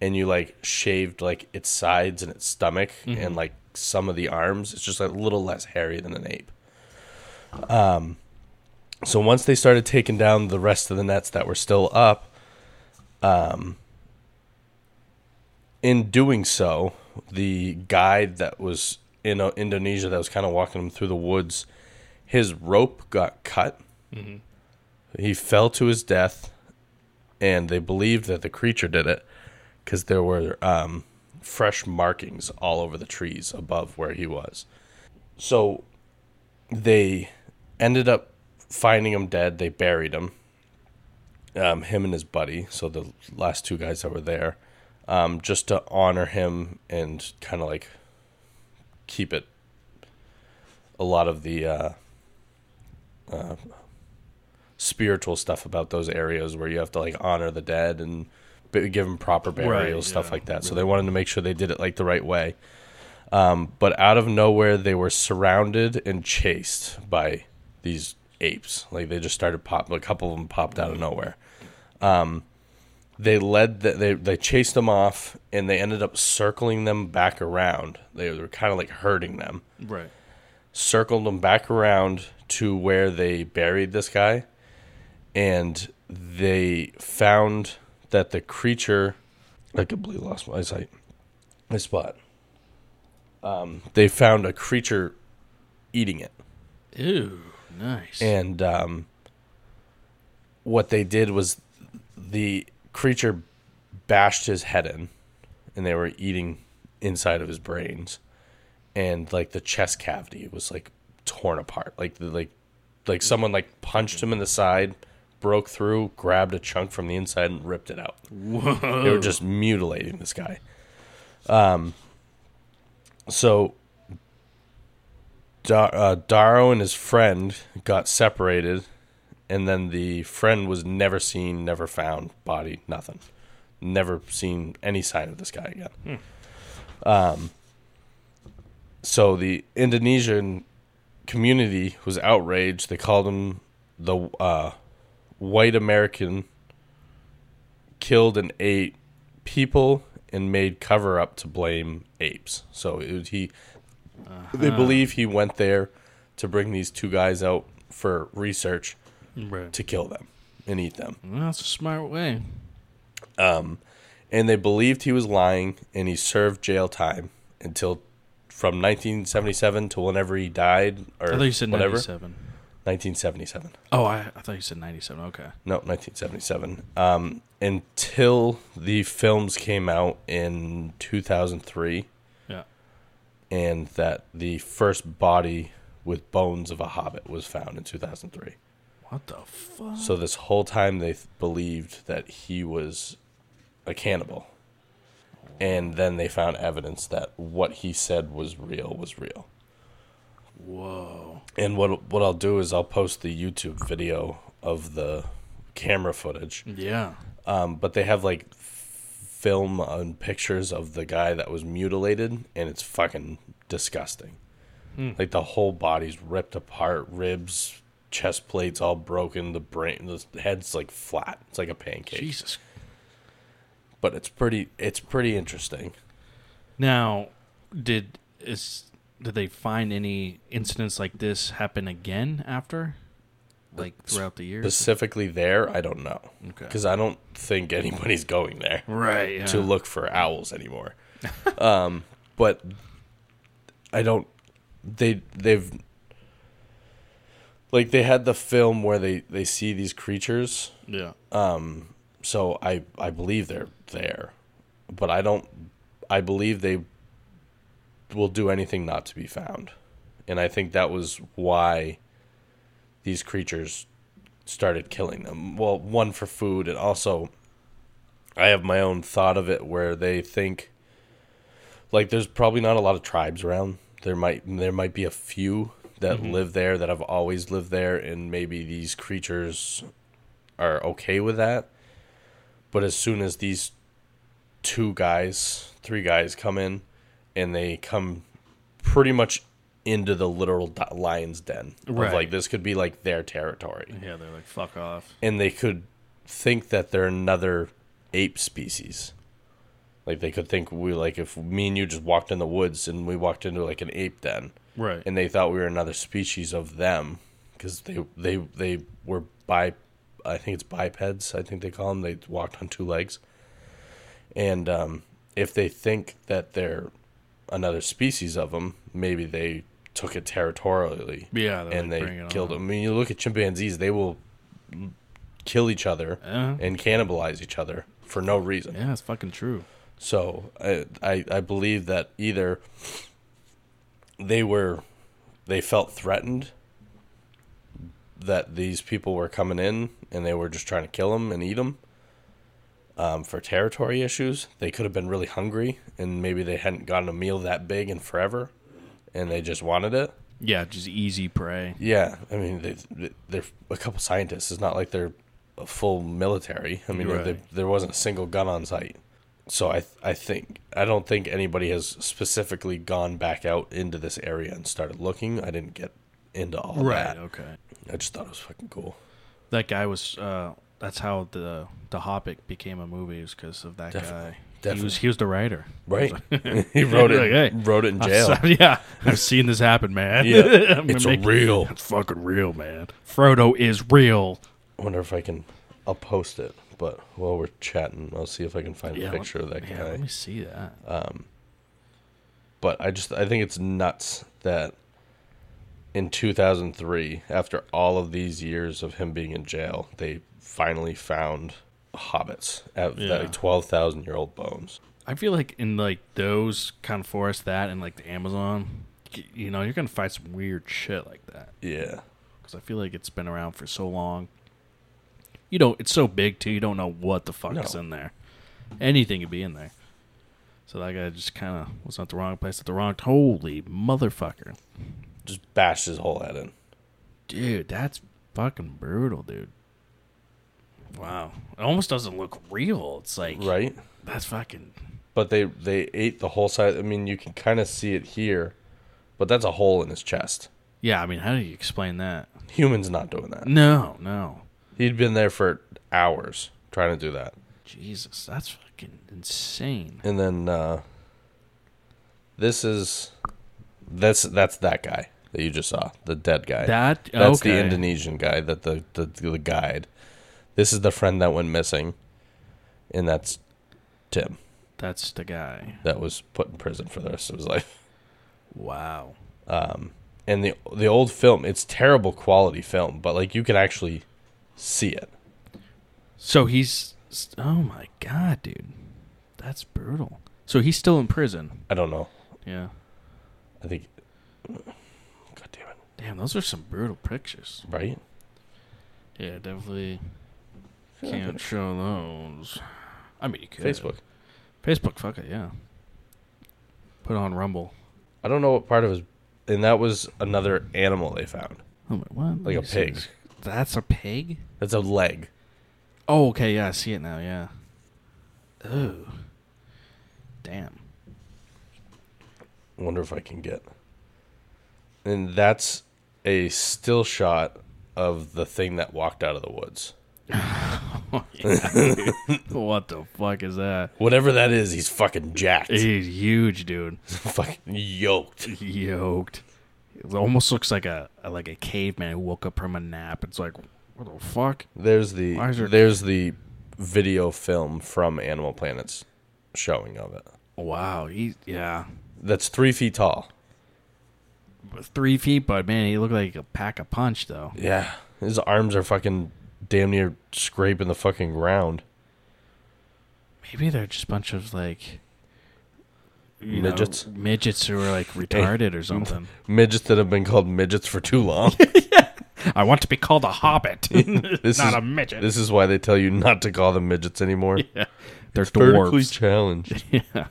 and you like shaved like its sides and its stomach and like some of the arms it's just a little less hairy than an ape um so once they started taking down the rest of the nets that were still up in doing so, the guide that was in uh, Indonesia that was kind of walking him through the woods, his rope got cut. He fell to his death, and they believed that the creature did it because there were um, fresh markings all over the trees above where he was. So they ended up finding him dead. They buried him, um, him and his buddy. So the last two guys that were there um, just to honor him and kind of like keep it a lot of the uh, uh, spiritual stuff about those areas where you have to like honor the dead and b- give them proper burial
Right,
stuff
yeah,
like that. So they wanted to make sure they did it like the right way. Um, but out of nowhere, they were surrounded and chased by these apes. Like they just started pop. A couple of them popped out of nowhere Um, they led the, they they chased them off and they ended up circling them back around. They were kind of like herding them.
right.
Circled them back around to where they buried this guy and they found that the creature I completely lost my sight. My spot. Um, they found a creature eating it.
Ew. Nice.
And um, what they did was the creature bashed his head in, and they were eating inside of his brains, and like the chest cavity was like torn apart, like the, like like someone like punched him in the side, broke through, grabbed a chunk from the inside and ripped it out.
Whoa.
They were just mutilating this guy. Um, so Dar- uh, Darrow and his friend got separated, and then the friend was never seen, never found, body, nothing. Never seen any sign of this guy again. Um, so the Indonesian community was outraged. They called him the uh, white American killed and ate people and made cover up to blame apes. So it was, he, they
Hmm.
believe he went there to bring these two guys out for research
Right.
to kill them and eat them.
Well, that's a smart way.
And they believed he was lying and he served jail time until from 1977 to whenever he died or
I thought you said
whatever.
97.
1977.
Oh, I, I thought you said 97. Okay.
No, 1977. Um, until the films came out in 2003,
Yeah.
and that the first body with bones of a hobbit was found in 2003.
What the fuck?
So this whole time they th- believed that he was a cannibal. And then they found evidence that what he said was real was real.
Whoa.
And what what I'll do is I'll post the YouTube video of the camera footage.
Yeah.
Um, but they have like f- film and pictures of the guy that was mutilated, and it's fucking disgusting. Like the whole body's ripped apart, ribs, chest plates all broken, the brain, the head's like flat. It's like a pancake.
Jesus.
But it's pretty. It's pretty interesting.
Now, did is did they find any incidents like this happen again after, like throughout the years?
Specifically there, I don't know
Okay.
because I don't think anybody's going there.
Right. Yeah.
to look for owls anymore. um, but I don't. They they've like they had the film where they they see these creatures.
yeah.
Uh, So I I believe they're there, but I don't. I believe they will do anything not to be found, and I think that was why these creatures started killing them. Well, one for food, and also I have my own thought of it where they think like there's probably not a lot of tribes around. There might there might be a few that live there that have always lived there and maybe these creatures are okay with that. But as soon as these two guys, three guys come in and they come pretty much into the literal di- lion's den. of,
Right.
like this could be like their territory
Yeah. They're like, fuck off.
and they could think that they're another ape species. Like they could think we like if me and you just walked in the woods and we walked into like an ape den,
Right.
and they thought we were another species of them because they they they were bi, I think it's bipeds. I think they call them. They walked on two legs, and um, if they think that they're another species of them, maybe they took it territorially
yeah. they're
and
like,
they
"Bring it
killed
on."
them. I mean, you look at chimpanzees; they will kill each other
Yeah.
and cannibalize each other for no reason.
Uh-huh. Yeah, it's fucking true.
So I, I, I believe that either they were, they felt threatened that these people were coming in and they were just trying to kill them and eat them um, for territory issues. They could have been really hungry and maybe they hadn't gotten a meal that big in forever, and they just wanted it.
Yeah, just easy prey.
Yeah, I mean they, they're a couple scientists. It's not like they're a full military. I mean
Right.
there there wasn't a single gun on site. So I I think I don't think anybody has specifically gone back out into this area and started looking. I didn't get into all that.
Okay.
I just thought it was fucking cool.
That guy was. Uh, that's how the the Hobbit became a movie, was because of that
Definitely.
guy. He was
Definitely.
he was the writer.
Right? he wrote it
Like, hey,
wrote it in jail.
I've- yeah, I've seen this happen, man.
Yeah.
I'm gonna
it's a
make-
real.
It's fucking real, man. Frodo is real.
I wonder if I can I'll post it, but while we're chatting, I'll see if I can find
Yeah,
a
let-
picture of that guy.
Yeah, let me see that.
but I just I think it's nuts that in 2003, after all of these years of him being in jail, they finally found hobbits at
Yeah.
like 12,000 year old bones.
I feel like in like those kind of forests, that and like the Amazon, y- you know, you're gonna find some weird shit like that
Yeah.
because I feel like it's been around for so long. You know, it's so big too. You don't know what the fuck
No.
is in there. Anything could be in there. So that guy just kind of was at the wrong place at the wrong. Holy motherfucker,
Just bashed his whole head in.
dude, that's fucking brutal, dude. Wow, it almost doesn't look real. It's like
Right?
that's fucking
But they they ate the whole side. I mean, you can kind of see it here, but that's a hole in his chest.
yeah. I mean, how do you explain that?
Humans not doing that.
No, no.
He'd been there for hours trying to do that.
Jesus, that's fucking insane.
And then uh, this is that's that's that guy that you just saw, the dead guy.
That
that's
okay.
the Indonesian guy that the, the the guide. This is the friend that went missing, and that's Tim
That's the guy.
that was put in prison for the rest of his life.
Wow.
And the the old film, it's terrible quality film, but like you can actually see it.
So he's. Oh my god, dude. That's brutal. So he's still in prison.
I don't know.
Yeah.
I think. God damn it!
Damn, those are some brutal pictures.
Right?
Yeah, definitely
I feel like
can't show those. I mean, you could.
Facebook.
Facebook, fuck it, yeah. Put on Rumble.
I don't know what part of his, and that was another animal they found,
I'm like, what?
like a
Let me see
pig.
this. That's a pig?
That's a leg.
Oh, okay, yeah, I see it now, yeah. Ooh. Damn.
Wonder if I can get. And that's a still shot of the thing that walked out of the woods.
what the fuck is that?
Whatever that is, he's fucking jacked,
He's huge, dude.
fucking yoked.
Yoked. It almost looks like a like a caveman who woke up from a nap. It's like, what the fuck?
There's the
Why is there-
there's the video film from Animal Planet's showing of it.
Wow, he yeah,
That's three feet tall.
three feet, but man, he looked like a pack of punch though.
Yeah, his arms are fucking damn near scraping the fucking ground.
Maybe they're just a bunch of like you know,
Midgets?
midgets who are like retarded or something.
Midgets that have been called midgets for too long.
I want to be called a hobbit, not
This is-
a midget.
This is why they tell you not to call them midgets anymore.
yeah. They're
Vertically
dwarves.
challenged.
Yeah.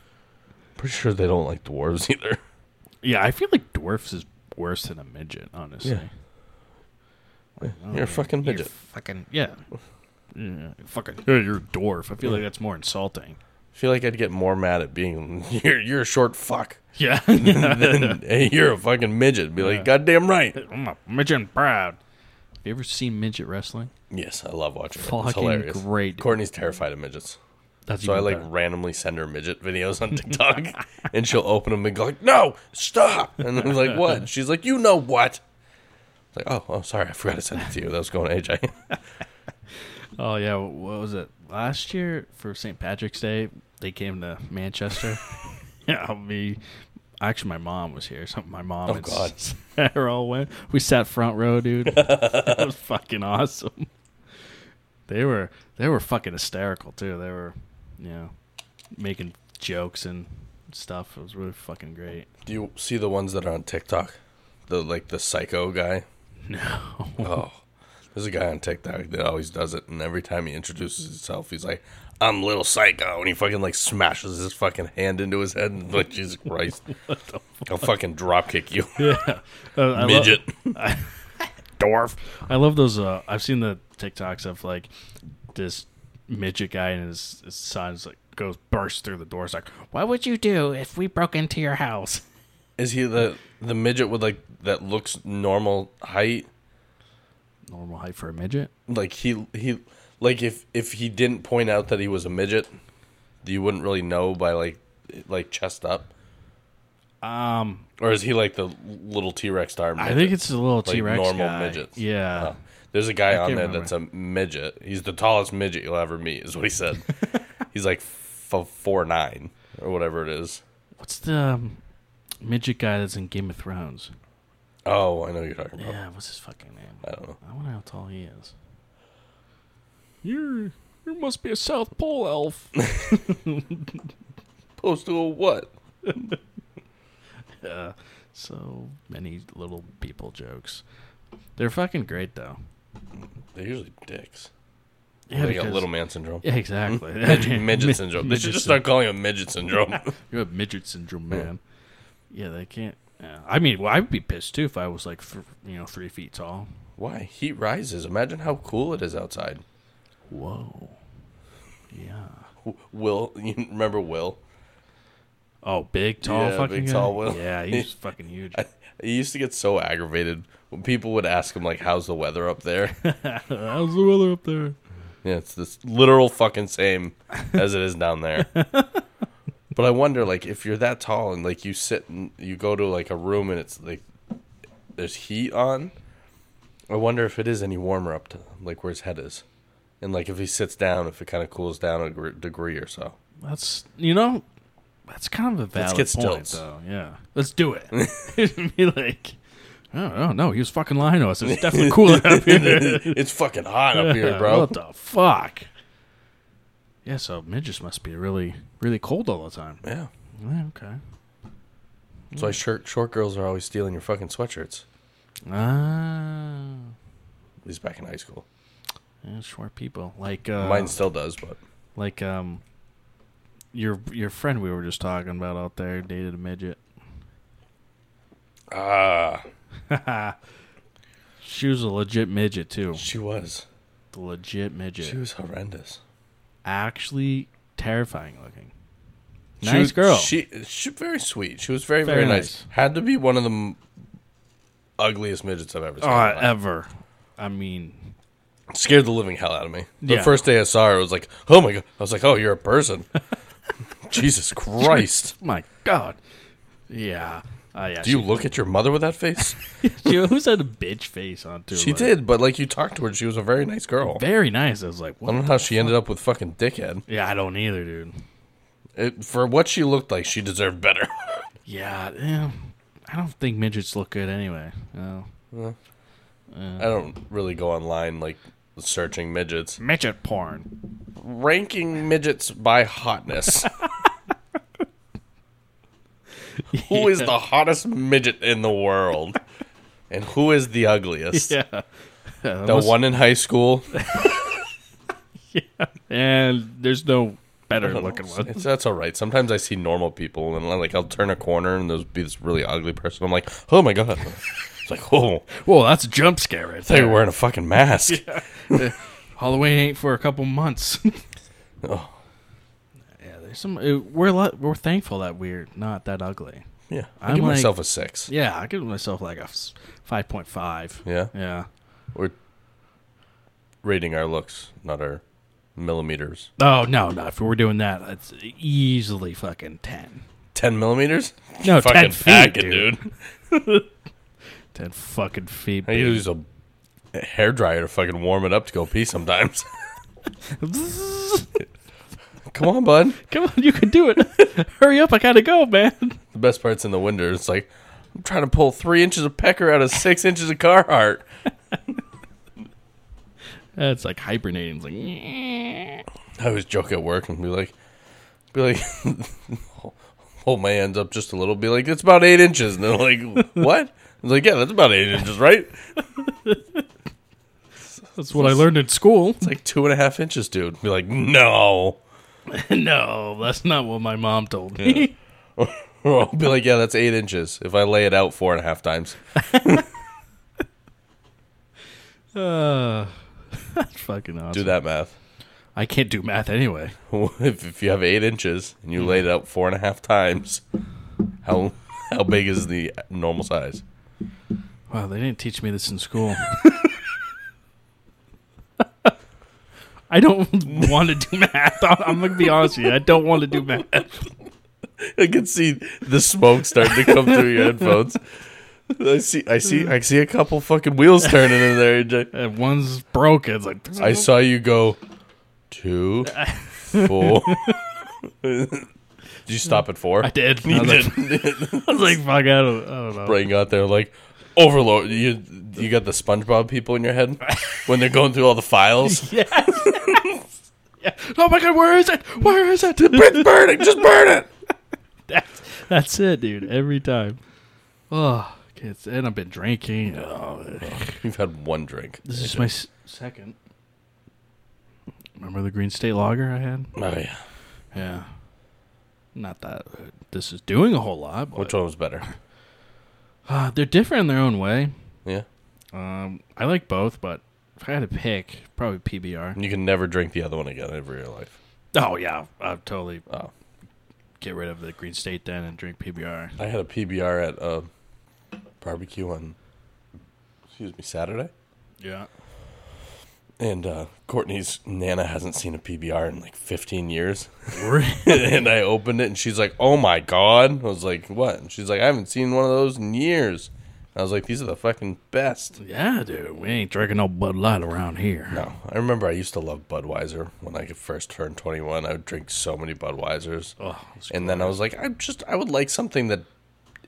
Pretty sure they don't like dwarves either.
yeah, I feel like dwarfs is worse than a midget, honestly.
Yeah.
Like, oh,
You're a fucking
you're
midget.
fucking yeah. Yeah, fucking. Yeah, you're a dwarf. I feel like that's more insulting.
I feel like I'd get more mad at being you're you're a short fuck
Yeah,
than hey, you're a fucking midget. Be
Yeah.
like, goddamn right.
I'm a midget and proud. Have you ever seen midget wrestling?
Yes, I love watching. it. It's
Fucking
hilarious.
great.
Courtney's terrified of midgets,
That's
so I
even
like
better.
randomly send her midget videos on TikTok, and she'll open them and go like, "No, stop!" And I'm like, "What?" And she's like, "You know what?" It's like, "Oh, oh, sorry, I forgot to send it to you. That was going to AJ."
Oh yeah, wh- what was it last year for St. Patrick's Day? They came to Manchester. yeah, me. Actually, my mom was here. Something my mom
Oh,
and
God.
Sarah all went. We sat front row, dude. it was fucking awesome. They were they were fucking hysterical too. They were, you know, making jokes and stuff. It was really fucking great.
Do you see the ones that are on TikTok? The like the psycho guy.
No,
Oh, there's a guy on TikTok that always does it, and every time he introduces himself, he's like, "I'm little psycho," and he fucking like smashes his fucking hand into his head, and I'm like Jesus Christ, I'll fucking dropkick you,
Uh, I lo-
midget.
dwarf. I love those. Uh, I've seen the TikToks of like this midget guy and his, his son is like goes bursts through the door. It's like, what would you do if we broke into your house?
Is he the the midget with like that looks normal height?
Normal height for a midget.
Like he he like if if he didn't point out that he was a midget, you wouldn't really know by like like chest up.
Um,
Or is he like the little T Rex star?
I think it's a little T Rex
normal
guy.
midgets.
Yeah,
Oh. There's a guy on
can't
there
remember.
that's a midget. He's the tallest midget you'll ever meet, is what he said. He's like f- four nine or whatever it is.
what's the um, midget guy that's in Game of Thrones?
Oh, I know who you're talking about.
Yeah, what's his fucking name?
I don't know.
I wonder how tall he is. You you must be a South Pole elf.
Post to a what?
Uh, so many little people jokes. They're fucking great though.
They're usually dicks.
Yeah,
they got
because-
little man syndrome.
Yeah, exactly.
Midget, midget syndrome. They should just start calling it midget syndrome.
You have midget syndrome, man. Yeah, they can't. Yeah. I mean, well, I'd be pissed too if I was like, th- you know, three feet tall.
Why? Heat rises. Imagine how cool it is outside.
Whoa. Yeah.
W- Will, you remember Will?
Oh, big tall
Yeah,
fucking
big,
guy?
tall Will.
Yeah, he's fucking huge.
I, I used to get so aggravated when people would ask him like, "How's the weather up there?"
How's the weather up there?
Yeah, it's this literal fucking same as it is down there. but I wonder, like, if you're that tall and like you sit and you go to like a room and it's like there's heat on, I wonder if it is any warmer up to like where his head is, and like if he sits down, if it kind of cools down a gr- degree or so.
That's you know, that's kind of a valid
get
point,
stilts.
though. Yeah, let's do it. Be like, oh, oh no, he was fucking lying to us. It's definitely cooler up here.
it's fucking hot up here,
Yeah,
bro.
What the fuck? Yeah, so midgets must be really, really cold all the time.
Yeah.
Yeah, okay.
That's why short, short girls are always stealing your fucking sweatshirts.
Ah,
At least back in high school.
yeah, short people like uh,
Mine still does, but
like um, your your friend we were just talking about out there dated a midget.
ah,
She was a legit midget too.
she was.
The legit midget.
She was horrendous.
actually terrifying looking.
She
Nice
was-
girl.
She she very sweet. She was very very,
Very
nice. Had to be one of the m- ugliest midgets I've ever seen. in my
Uh,
life.
ever. I mean,
Scared the living hell out of me. The
Yeah.
first day I saw her, I was like, oh my god. I was like, oh, you're a person. Jesus Christ.
my God. Yeah. Uh, yeah.
Do you
she-
look at your mother with that face?
she always had a bitch face on too.
she
like,
did, but like you talked to her, she was a very nice girl. I
Very nice. I was like, what?
don't know how she ended up with fucking dickhead.
Yeah, I don't either, dude.
It, for what she looked like, she deserved better.
Yeah, eh, I don't think midgets look good anyway. No.
I don't really go online like searching midgets.
Midget porn.
ranking midgets by hotness. Who is the hottest midget in the world? And who is the ugliest?
Yeah.
the one in high school.
And there's no better looking one.
It's, that's all right. Sometimes I see normal people, and like I'll turn a corner, and there'll be this really ugly person. I'm like, oh my god! It's like, oh,
Whoa, that's a jump scare right
they
there.
were wearing a fucking mask.
Halloween ain't for a couple months.
Oh.
Yeah, there's some. uh, we're a lot, we're thankful that we're not that ugly.
Yeah, I
I'm
give
like-
myself a six.
Yeah, I give myself like a five point five.
Yeah,
Yeah.
we're rating our looks, not our millimeters.
Oh no, no! If we're doing that, that's easily fucking ten.
Ten millimeters?
No, ten
fucking
feet,
packing,
dude.
dude.
Ten fucking feet.
I
baby.
use a hair dryer to fucking warm it up to go pee sometimes. Come on, bud.
Come on, you can do it. Hurry up! I gotta go, man.
The best part's in the winter. It's like I'm trying to pull three inches of pecker out of six inches of Carhartt.
That's like hibernating. It's like "Nyeh."
I always joke at work and be like, be like, hold my hands up just a little. Be like, it's about eight inches. And they're like, what? I was like, yeah, that's about eight inches, right?
that's what I learned in school.
It's like two and a half inches, dude. Be like, no.
no, that's not what my mom told me.
I'll be like, yeah, that's eight inches. If I lay it out four and a half times,
Uh, that's fucking awesome.
do that math.
I can't do math anyway.
if, if you have eight inches and you laid it out four and a half times, how how big is the normal size?
Wow, they didn't teach me this in school. I don't want to do math. I'm, I'm gonna be honest with you. I don't want to do math.
I can see the smoke starting to come through your headphones. I see, I see, I see a couple fucking wheels turning in there. AJ.
If one's broken, it's like
I saw you go two, four. Did you stop at four?
I did. I
You
was, Like,
did.
I was like, fuck, I don't, I don't know.
Brain got there like overload. You you got the SpongeBob people in your head when they're going through all the files.
Yes. yeah. Oh my god, where is it? Where is it?
It's burning. Just burn it.
that's, that's it, dude. Every time. Oh, kids, and I've been drinking. Oh,
You've had one drink.
This is my s- second. Remember the Green State Lager I had?
Oh yeah.
Yeah. Not that uh, this is doing a whole lot, but
Which one was better?
uh, they're different in their own way.
Yeah.
Um, I like both, but if I had to pick, probably PBR.
You can never drink the other one again ever in your life.
Oh yeah, I'd totally
Oh.
get rid of the Green State then and drink PBR.
I had a PBR at a barbecue on excuse me, Saturday.
Yeah.
And uh, Courtney's Nana hasn't seen a PBR in like 15 years.
Really?
and I opened it and she's like, oh my God. I was like, what? And she's like, I haven't seen one of those in years. I was like, these are the fucking best.
Yeah, dude. We ain't drinking no Bud Light around here.
No, I remember I used to love Budweiser when I first turned 21. I would drink so many Budweisers.
Oh, it's
And then I was like, I just, I would like something that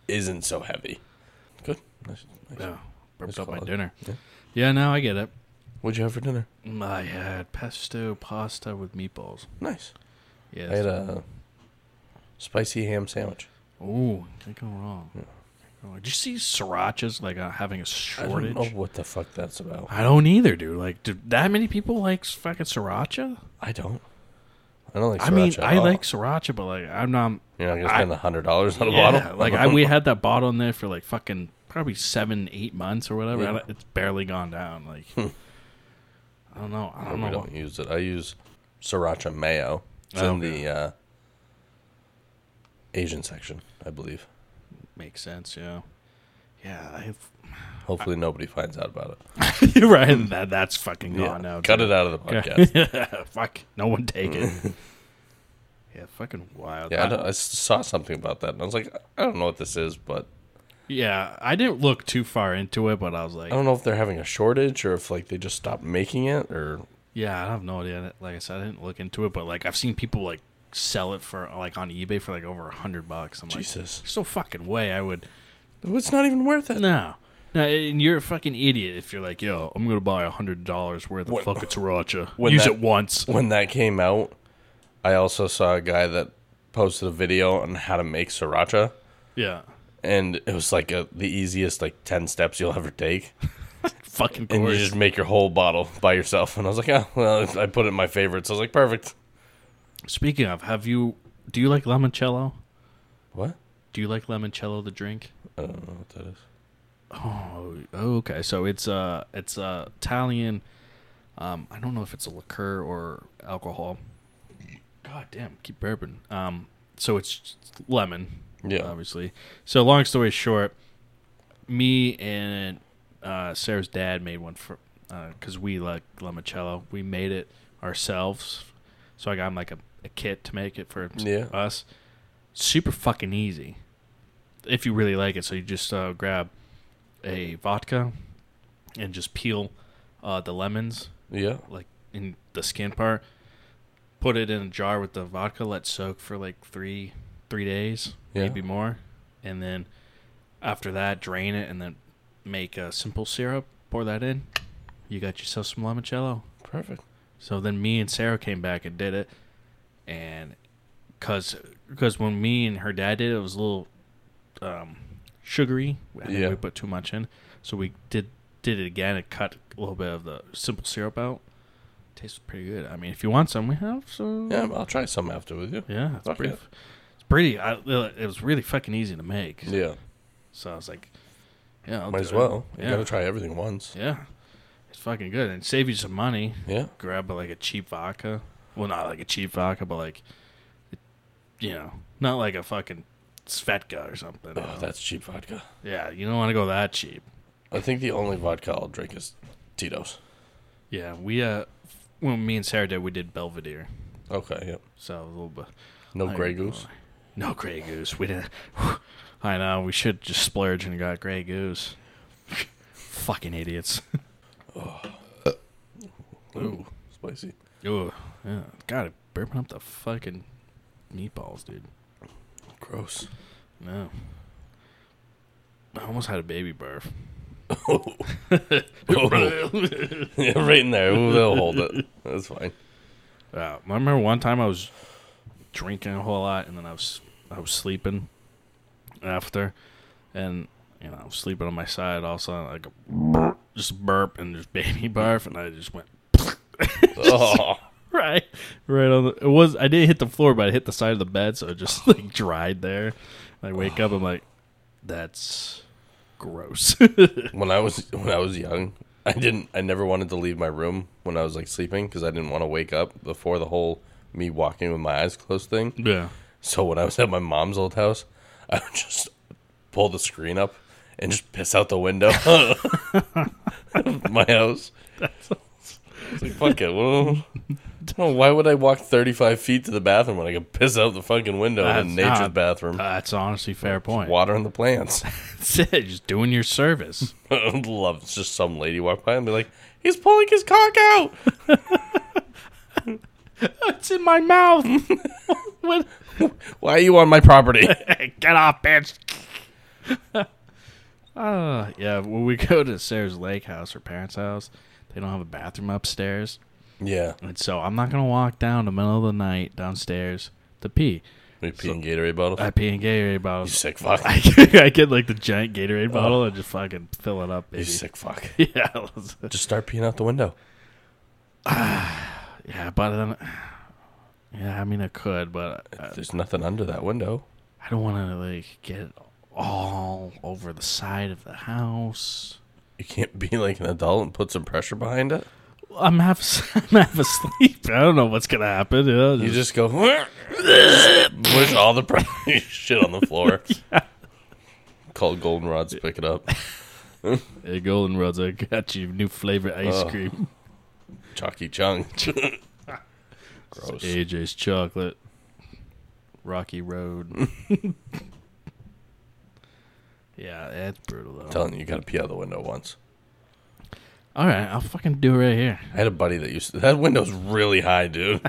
isn't so heavy. Good. Nice, nice.
Yeah, burped
It's
up my
called-
dinner.
yeah.
Yeah, now I get it. Mm,
What'd you have for dinner?
I had pesto pasta with meatballs.
Nice.
Yes.
I had a spicy ham sandwich.
Ooh, can't go wrong. Oh, Did you see srirachas like uh, having a shortage?
I don't know what the fuck that's about.
I don't either, dude. Like, do that many people like s- fucking sriracha?
I don't. I don't like.
I mean,
sriracha Oh. at
I
all.
like sriracha, but like, I'm not.
You're not gonna
I-
spend a hundred dollars on a
Yeah,
bottle.
Like, I, we had that bottle in there for like fucking probably seven, eight months or whatever.
Yeah. Hmm.
and It's barely gone down. Like, I don't know. I
I
don't know.
don't use it. I use sriracha mayo. It's in
Okay.
the uh, Asian section, I believe.
Makes sense. Yeah. Yeah, I've
Hopefully, nobody finds out about it.
You're right. That, that's fucking gone now.
Hmm. Cut
dude.
it out of the
Okay.
podcast.
Fuck. No one take it. yeah, fucking wild.
Yeah, I,
I-
don't- I s- saw something about that, and I was like, I don't know what this is, but
yeah, I didn't look too far into it, but I was like,
I don't know if they're having a shortage or if like they just stopped making it, or
yeah, I have no idea. Like I said, I didn't look into it, but like I've seen people like sell it for like on eBay for like over a hundred bucks. I'm
Jesus.
like, there's no fucking way I would.
it's not even worth it.
No. No, and you're a fucking idiot if you're like, yo, I'm gonna buy a hundred dollars worth of
When-
fucking sriracha.
when
Use
that-
it once.
when that came out, I also saw a guy that posted a video on how to make sriracha,
Yeah,
and it was like a, the easiest like ten steps you'll ever take,
fucking.
and you
gorgeous.
just make your whole bottle by yourself. And I was like, oh well, I put it in my favorites. I was like, perfect.
Speaking of, have you? Do you like limoncello?
What?
Do you like limoncello the drink?
I don't know what that is.
Oh, okay. So it's uh it's uh Italian. Um, I don't know if it's a liqueur or alcohol. God damn, keep bourbon. Um, so it's lemon.
Yeah.
obviously. So long story short, me and uh, Sarah's dad made one for because we like limoncello. We made it ourselves. So I got him like a, a kit to make it for
Yeah.
us. Super fucking easy if you really like it. So you just uh, grab a vodka and just peel uh, the lemons
Yeah.
like in the skin part. Put it in a jar with the vodka. Let soak for like three three days,
Yeah.
maybe more, and then after that, drain it and then make a simple syrup. Pour that in. You got yourself some limoncello.
Perfect.
So then me and Sarah came back and did it, and cause cause when me and her dad did it, it was a little um, sugary. I think
Yeah.
we put too much in, so we did did it again and cut a little bit of the simple syrup out. Tastes pretty good. I mean, if you want some, we have some.
Yeah, I'll try some after with you.
yeah, it's
Fuck
pretty.
it.
It's pretty. I, it was really fucking easy to make.
Yeah.
So I was like, yeah, I'll
Might
do
as
it.
well. You
Yeah,
gotta try everything once.
yeah, it's fucking good and save you some money
Yeah.
grab like a cheap vodka. Well, not like a cheap vodka, but like, you know, not like a fucking Svetka or something. you
Oh,
know?
that's cheap vodka.
yeah, you don't want to go that cheap.
I think the only vodka I'll drink is Tito's.
Yeah, we uh, when me and Sarah did, we did Belvedere,
Okay. Yeah.
so a little bit.
No
I-
Grey Goose.
No Grey Goose. We didn't. I know we should just splurge and got Grey Goose. fucking idiots.
Ooh, spicy.
Ooh, yeah, gotta burping up the fucking meatballs, dude.
Gross.
No. I almost had a baby birth.
yeah, right in there. Ooh, They'll hold it. That's fine.
Yeah, I remember one time I was drinking a whole lot, and then I was I was sleeping after, and you know I was sleeping on my side. All of a sudden, like a burp, just burp and just baby barf, and I just went
Oh,
right, right on. The, it was I didn't hit the floor, but I hit the side of the bed, so it just like dried there. And I wake up, I'm like, that's gross.
when I was when I was young, I didn't. I never wanted to leave my room when I was like sleeping because I didn't want to wake up before the whole me walking with my eyes closed thing.
yeah,
So when I was at my mom's old house, I would just pull the screen up and just piss out the window of my house. It's like fuck it. Well,
God.
No, why would I walk 35 feet to the bathroom when I could piss out the fucking window in
That's
nature's
not-
bathroom?
That's honestly a fair point.
watering the plants.
That's it. Just doing your service.
I'd love it's just some lady walk by and be like, he's pulling his cock out.
it's in my mouth. What-
Why are you on my property?
Get off, bitch. uh, yeah, when we go to Sarah's lake house, her parents' house, they don't have a bathroom upstairs.
yeah.
And so I'm not going to walk down the middle of the night downstairs to pee.
We peeing Gatorade bottles.
I pee in Gatorade
you
bottles.
sick fuck. Oh.
I get, I get like the giant Gatorade bottle and just fucking fill it up,
you
baby.
sick fuck.
Yeah, it was-
Just start peeing out the window.
yeah, but then, yeah, I mean, I could, but I,
There's nothing under that window.
I don't want to like get it all over the side of the house.
You can't be like an adult and put some pressure behind it.
I'm half as- I'm half asleep. I don't know what's gonna happen. You know,
You
just-
just go push all the pre- shit on the floor. Call Goldenrod to pick it up.
hey, Goldenrods, I got you new flavor ice
Ugh.
cream.
Chalky Chung. Gross.
AJ's chocolate. Rocky Road. yeah, that's brutal though.
telling you, you got to pee out the window once.
All right, I'll fucking do it right here.
I had a buddy that used to, that window's really high, dude.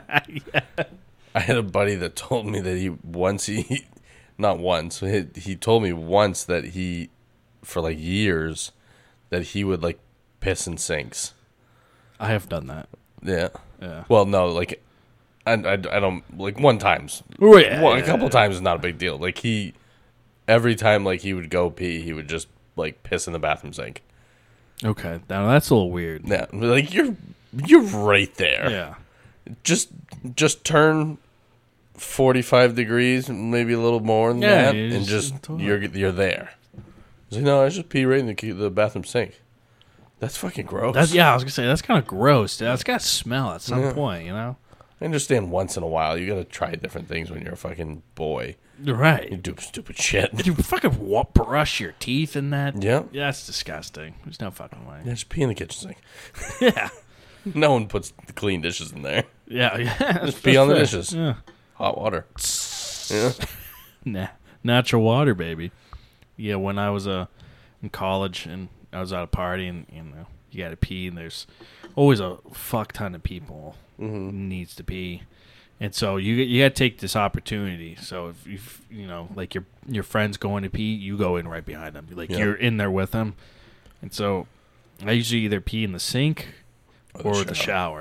I had a buddy that told me that he once he, not once, he, he told me once that he, for like years, that he would like piss in sinks.
I have done that.
Yeah.
Yeah.
Well, no, like, I, I, I don't like one times,
Wait,
well, a couple times is not a big deal. Like he, every time like he would go pee, he would just like piss in the bathroom sink.
Okay, now that's a little weird.
Yeah, like you're you're right there.
Yeah.
just just turn 45 degrees maybe a little more than
Yeah,
that
you
and
just-
just you're you're there He's like, no i just pee right in the, ki- the bathroom sink that's fucking gross
That's yeah. I was gonna say that's kind of gross. Dude. That's got to smell at some point, you know.
i understand once in a while you gotta try different things when you're a fucking boy you
Right.
do stupid shit
Did you fucking wa- brush your teeth in that?
yeah
Yeah, that's disgusting. There's no fucking way.
yeah just pee in the kitchen sink
Yeah.
no one puts clean dishes in there
Yeah. yeah.
just pee on the dishes
yeah.
hot water yeah.
Nah. Natural water, baby. Yeah, when I was uh, in college and I was at a party and, you know, you got to pee and there's always a fuck ton of people
Mm-hmm.
needs to pee. And so you you got to take this opportunity. So if you you know, like your your friend's going to pee, you go in right behind them. Like
Yeah.
you're in there with them. And so I usually either pee in the sink or, the shower.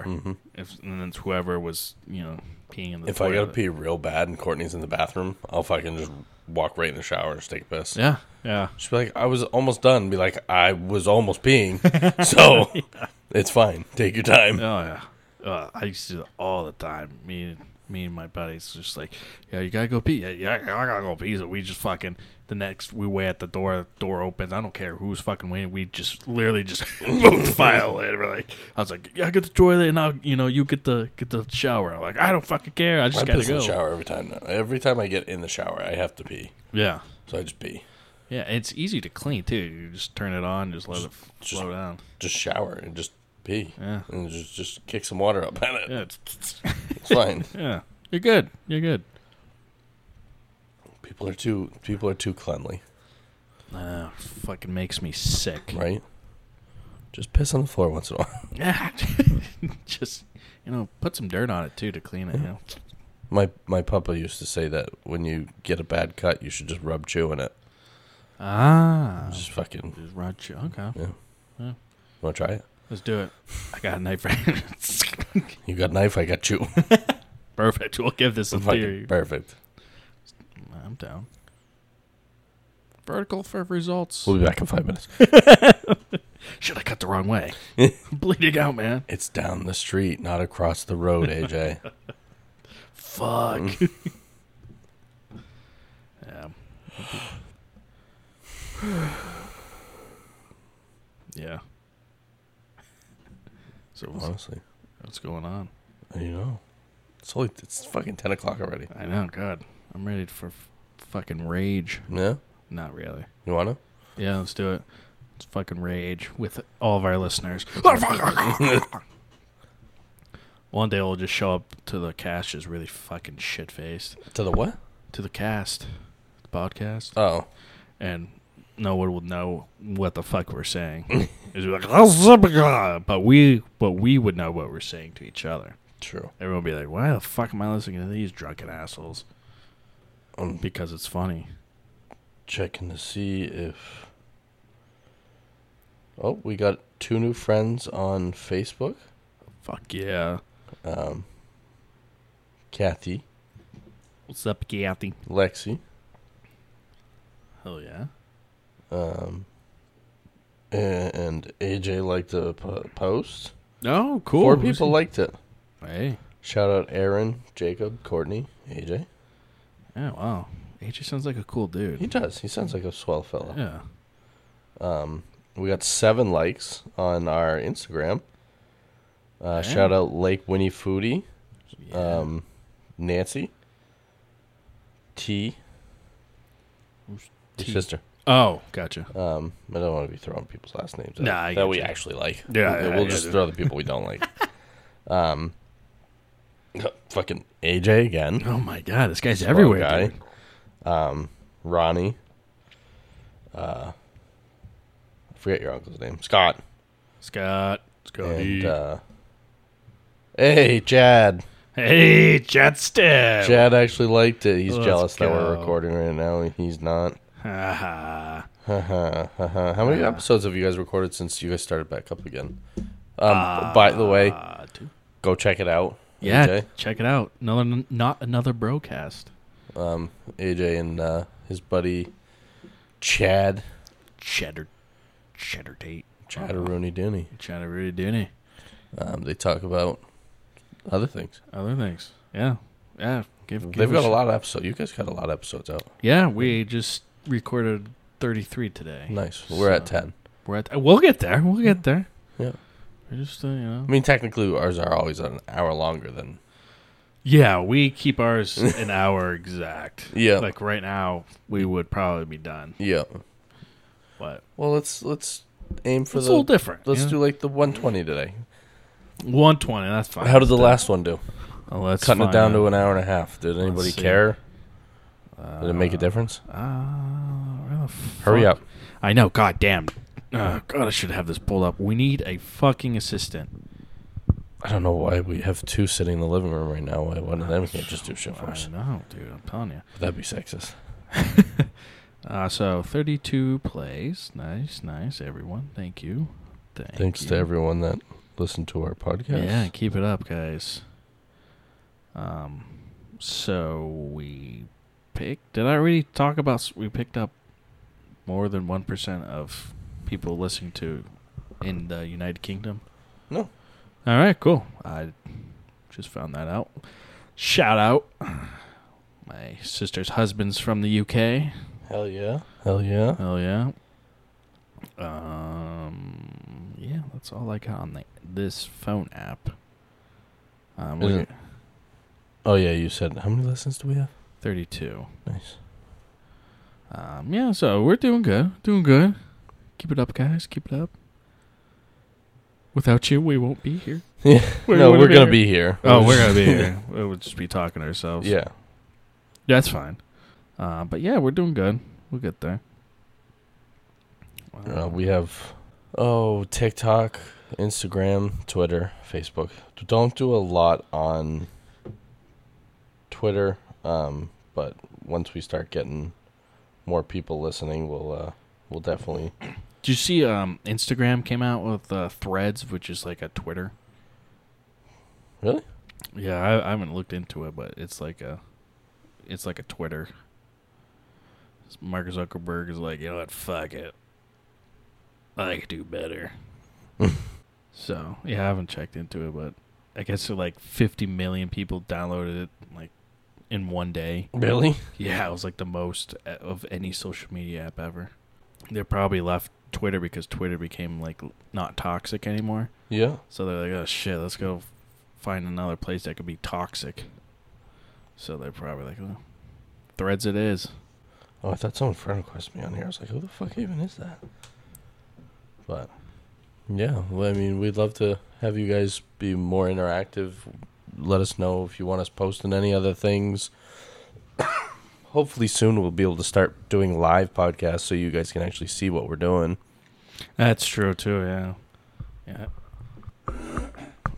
If and then it's whoever was, you know, peeing in the
Mm-hmm. if i gotta
toilet.
pee real bad and courtney's in the bathroom i'll fucking just walk right in the shower and just take a piss
Yeah. Yeah.
Just be like, I was almost done. Be like, I was almost peeing, so it's fine. Take your time.
Oh yeah, uh, I used to do that all the time. Me, and me and my buddies just like, yeah, you gotta go pee. Yeah, yeah, I gotta go pee. So we just fucking the next we wait at the door. Door opens. I don't care who's fucking waiting. We just literally just both file it. We're like, I was like, yeah, I get the toilet, and I'll you know you get the get the shower. I'm like, I don't fucking care. I just
I
gotta
piss in
go.
the shower every time now. Every time I get in the shower, I have to pee,
Yeah.
so I just pee.
Yeah, it's easy to clean too. You just turn it on, just let it
just-
flow down.
Just shower and just pee,
Yeah.
and just just kick some water up at it.
Yeah, it's,
It's fine.
yeah. You're good. You're good.
people are too people are too cleanly,
I know. Uh, Fucking makes me sick.
right? Just piss on the floor once in a while.
Yeah, just you know, put some dirt on it too to clean it. You know,
My my papa used to say that when you get a bad cut, you should just rub chew in it.
ah,
Just fucking.
just right. you- Okay,
Oh. Yeah.
Yeah.
Want to try it?
let's do it. I got a knife. right-
You got knife. I got chew.
Perfect. We'll give this a
Fucking
theory.
perfect.
I'm down. Vertical for results.
We'll be back in five minutes.
Should I cut the wrong way? I'm bleeding out, man.
It's down the street, not across the road, AJ.
Fuck. yeah. yeah. So what's-
Honestly,
what's going on?
you know, it's only it's fucking ten o'clock already.
I know, God. I'm ready for f- fucking rage.
Yeah,
Not really.
you wanna?
Yeah, let's do it. Let's fucking rage with all of our listeners. One day I'll just show up to the cast just really fucking shit faced
To the what?
to the cast, the podcast,
Oh.
and no one will know what the fuck we're saying. It's like, "Oh, "Lazabra," but we but we would know what we're saying to each other.
True.
Everyone would be like, "Why the fuck am I listening to these drunken assholes?"
Um,
Because it's funny.
Checking to see if. Oh, we got two new friends on Facebook.
Fuck yeah.
Um, Kathy,
What's up, Kathy?
Lexi,
Hell yeah.
um, and, and AJ liked the po- post.
Oh, cool.
Four people liked it.
Hey.
Shout out Aaron, Jacob, Courtney, AJ.
Yeah. Wow. AJ sounds like a cool
He
dude.
does. He sounds like a swell fella.
Yeah.
Um, we got seven likes on our Instagram. Uh,
Damn.
Shout out Lake Winnie Foodie, um, Nancy, T,
Who's
your
T?
sister.
Oh, gotcha.
Um, I don't want to be throwing people's last names out
Nah, I
that
get
we
you.
actually like.
Yeah,
we'll,
yeah,
we'll
yeah,
just
dude.
throw the people we don't like. um, fucking AJ again,
Oh my god, this guy's everywhere.
guy. Um,
dude.
Ronnie. Uh, I forget your uncle's name, Scott,
Scott. Scotty.
and uh, hey Chad.
hey, Jetstep.
Chad actually liked it. He's
Let's
jealous that we're
go.
recording right now, and he's not.
Haha.
How many episodes have you guys recorded since you guys started back up again? Um, by the way,
Ah, dude.
go check it out.
yeah,
AJ.
check it out. Another, not another broadcast.
um, AJ and uh, his buddy Chad
Cheddar, cheddar date.
Chatteroni Dooney.
Cheddar really doing
Um, they talk about other things.
other things. Yeah, yeah. Give, give
They've got
us-
a lot of episodes. You guys got a lot of episodes out.
Yeah, we just recorded 33 today.
Nice. We're at
So-
ten.
We're at. We'll get there. We'll get there.
Yeah.
We're just uh, you know.
I mean, technically, ours are always an hour longer than.
Yeah, we keep ours an hour exact.
Yeah.
Like right now, we would probably be done,
Yeah.
but
Well, let's let's aim for
it's a
the.
little different.
Let's do like the 120 today.
120. That's fine.
How did the last one do?
Oh, let's
Cutting it
find
down
out.
to an hour and a half. Did anybody
see.
care? Did it make a difference?
Uh, where the fuck?
Hurry up.
I know. God damn. Uh, God, I should have this pulled up. We need a fucking assistant.
I don't know why we have two sitting in the living room right now. Why one of
Ah,
them can't just do shit for
I
us?
know, dude. I'm telling you.
That'd be sexist.
Uh, so 32 plays. Nice, nice, everyone. Thank you. Thank
Thanks
you.
to everyone that listened to our podcast.
Yeah, keep it up, guys. Um, so we picked. Did I already talk about? s- We picked up more than one percent of people listening to in the United Kingdom.
No.
All right, cool. I just found that out. Shout out. My sister's husband's from the UK.
Hell yeah. Hell yeah.
Hell yeah. Um, yeah, that's all I got on the, this phone app. Um, we
Isn't- Oh yeah, you said how many listens do we have?
32.
Nice.
Um, yeah, so we're doing good. Doing good. Keep it up, guys. Keep it up. Without you, we won't be here.
Yeah.
We
no,
wouldn't
we're gonna be here.
Oh, we're gonna be here. We'll just be talking to ourselves.
yeah.
that's fine. Uh, but yeah, we're doing good. We'll get there.
Uh, we have oh TikTok, Instagram, Twitter, Facebook. Don't do a lot on Twitter, um, but once we start getting more people listening, we'll uh, we'll definitely
Did you see um, Instagram came out with uh, Threads, which is like a Twitter?
really.
Yeah, I, I haven't looked into it, but it's like a, it's like a Twitter. Mark Zuckerberg is like, you know what, fuck it, I could do better. so yeah, I haven't checked into it, but I guess so like 50 million people downloaded it like in one day.
Really?
Yeah, it was like the most a- of any social media app ever. They probably left Twitter because Twitter became like l- not toxic anymore.
Yeah.
So they're like, oh shit, let's go find another place that could be toxic. So they're probably like, oh, threads it is.
Oh, I thought someone friend requested me on here. I was like, who the fuck even is that? But Yeah, well, I mean, we'd love to have you guys be more interactive. Let us know if you want us posting any other things. Hopefully, soon we'll be able to start doing live podcasts so you guys can actually see what we're doing.
That's true too. Yeah, yeah.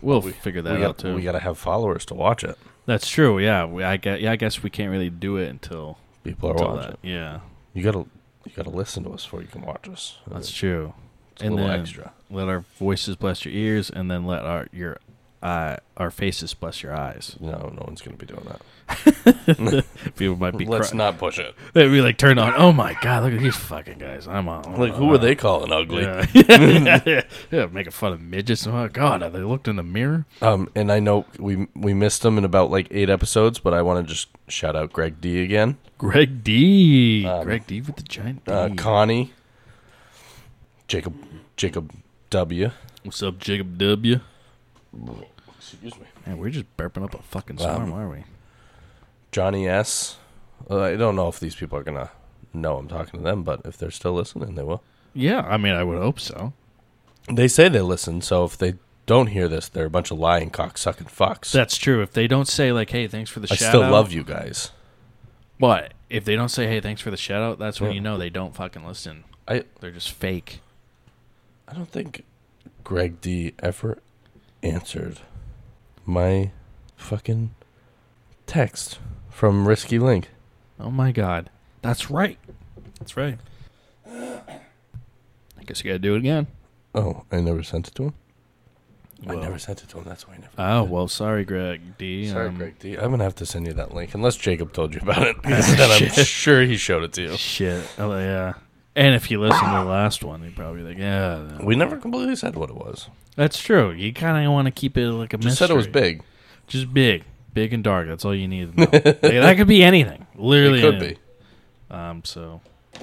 We'll
We-
figure that
we
out
got,
too.
We got to have followers to watch it.
That's true. Yeah, we, I guess. Yeah, I guess we can't really do it until
People are
until
watching.
that. Yeah,
You gotta you gotta listen to us before you can watch us.
that's true.
It's a little
and then-
extra.
Let our voices bless your ears, and then let our your uh, our faces bless your eyes.
No, no one's gonna be doing that.
People might be.
Let's
cry-
not push it.
They'd be like turned on. Oh my god! Look at these fucking guys. I'm on.
Like, who are they calling ugly?
Yeah. yeah, yeah, yeah, making fun of midgets. Oh god! Have they looked in the mirror?
Um, and I know we we missed them in about like eight episodes, but I want to just shout out Greg D again,
Greg D.
Um,
Greg D. with the giant D.
uh, Connie, Jacob Jacob W.
What's up, Jacob W?
Excuse me,
Man, we're just burping up a fucking
Wow.
storm, are we?
Johnny S. Uh, I don't know if these people are gonna know I'm talking to them, but if they're still listening, they will.
Yeah, I mean, I would hope so.
They say they listen, so if they don't hear this, they're a bunch of lying cocksucking fucks.
That's true. If they don't say like, "Hey, thanks for the
I
shout
still
out,"
love you guys.
But if they don't say, "Hey, thanks for the shout out," that's when
Yeah.
you know they don't fucking listen.
I
They're just fake.
I don't think Greg D ever answered my fucking text from Risky Link.
Oh my god, that's right. That's right. I guess you gotta do it again.
Oh, I never sent it to him.
Well,
I never sent it to him. That's why I never.
Oh well, sorry, Greg D.
Sorry,
um,
Greg D. I'm gonna have to send you that link unless Jacob told you about it. Because then I'm sure he showed it to you.
Ah, Shit. Oh yeah. And if you listen to the last one, you'd probably be like, "Yeah." no."
We never completely said what it was.
That's true. You kind of want to keep it like a mystery.
Just said it was big.
Just big, big and dark. That's all you need. To know. Like, that could be anything. Literally,
it could
anything.
be.
Um. So,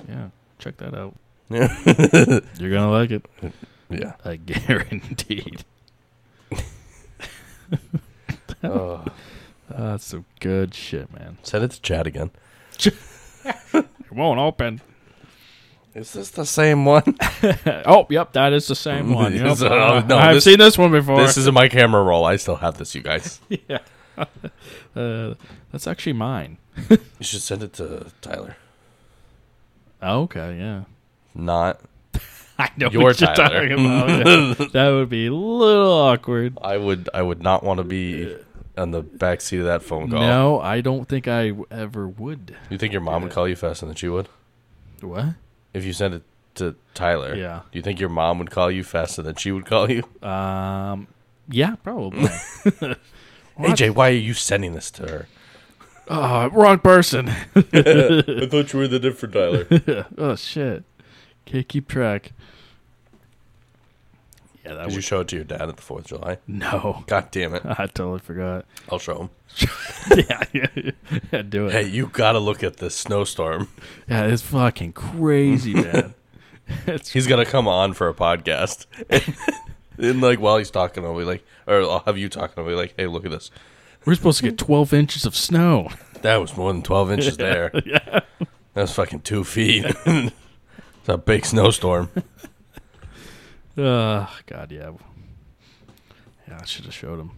yeah, check that out.
Yeah.
You're gonna like it.
yeah.
I guaranteed.
Oh.
Oh, that's some good shit, man.
Send it to Chad again.
It won't open.
Is this the same one?
oh, yep, that is the same one. Yep.
So, oh, no,
I've
this-
seen this one before.
this isn't my camera roll. I still have this, you guys.
yeah. uh, that's actually mine.
You should send it to Tyler.
Oh, okay, yeah.
Not.
I know
Your
what you're
Tyler.
talking about. yeah. that would be a little awkward.
I would. I would not want to be on the back seat of that phone call.
No, I don't think I w- ever would.
You think your mom would call you faster than she would
What?
if you sent it to Tyler?
Yeah.
Do you think your mom would call you faster than she would call you?
Um, yeah, probably.
Mm.
What?
AJ, why are you sending this to her?
oh, wrong person.
I thought you were the different Tyler.
oh shit. Can't keep track. Yeah, that
Did you
was
show it to your dad at the Fourth of July?
no.
God damn it!
I totally forgot.
I'll show him.
yeah, yeah, yeah, do it.
Hey, you gotta look at this snowstorm.
Yeah, it's fucking crazy, man. it's
He's gonna come on for a podcast, and like while he's talking, I'll be like, or I'll have you talking. I'll be like, hey, look at this.
We're supposed to get 12 inches of snow.
That was more than 12 inches there. That was fucking two feet. it's a big snowstorm.
Uh, God, yeah. Yeah, I should have showed him.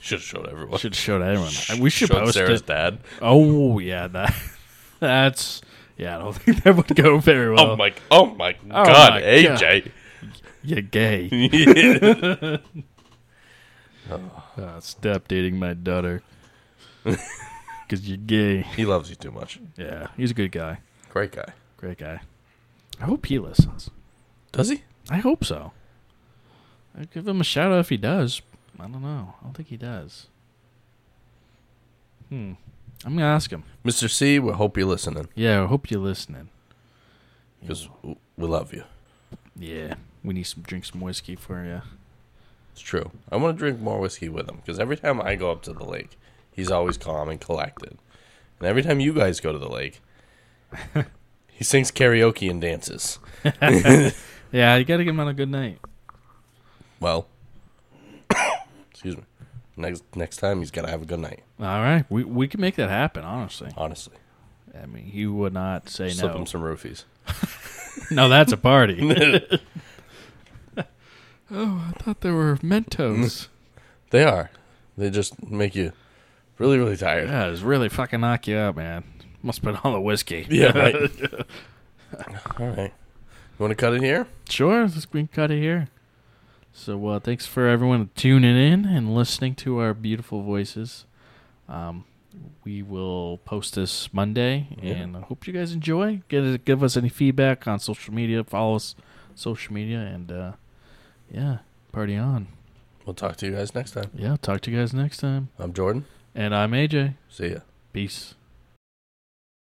Should have showed everyone.
Should have showed everyone. We should
Showed
post
Sarah's
it.
dad.
Oh, yeah, that that's yeah. I don't think that would go very well.
Oh my! Oh my God,
my
AJ.
You're gay. Uh, stop dating my daughter. Cause you're gay.
he loves you too much.
Yeah, he's a good guy.
Great guy.
Great guy. I hope he listens.
Does he?
I hope so. I'd give him a shout out if he does. I don't know. I don't think he does. Hmm. I'm gonna ask him.
Mr. C, we hope you're listening
Yeah, I hope you're listening.
because we love you.
Yeah, we need some drink some whiskey for you.
It's true. I want to drink more whiskey with him because every time I go up to the lake, he's always calm and collected. And every time you guys go to the lake, he sings karaoke and dances.
Yeah, you gotta give him on a good night.
Well, excuse me. Next next time he's got to have a good night.
All right, we we can make that happen. Honestly,
Honestly,
I mean, he would not say
slip
no.
him some roofies.
No, that's a party. Oh, I thought they were Mentos.
They are. They just make you really, really tired.
yeah, it's really fucking knock you out, man. Must have been all the whiskey.
Yeah, right. All right. You want to cut it here?
Sure, let's we can cut it here. So uh, thanks for everyone tuning in and listening to our beautiful voices. Um, we will post this Monday,
Yeah.
and I hope you guys enjoy. Get give us any feedback on social media. Follow us social media, and uh, yeah, party on.
We'll talk to you guys next time.
Yeah, talk to you guys next time.
I'm Jordan.
And I'm AJ.
See ya.
Peace.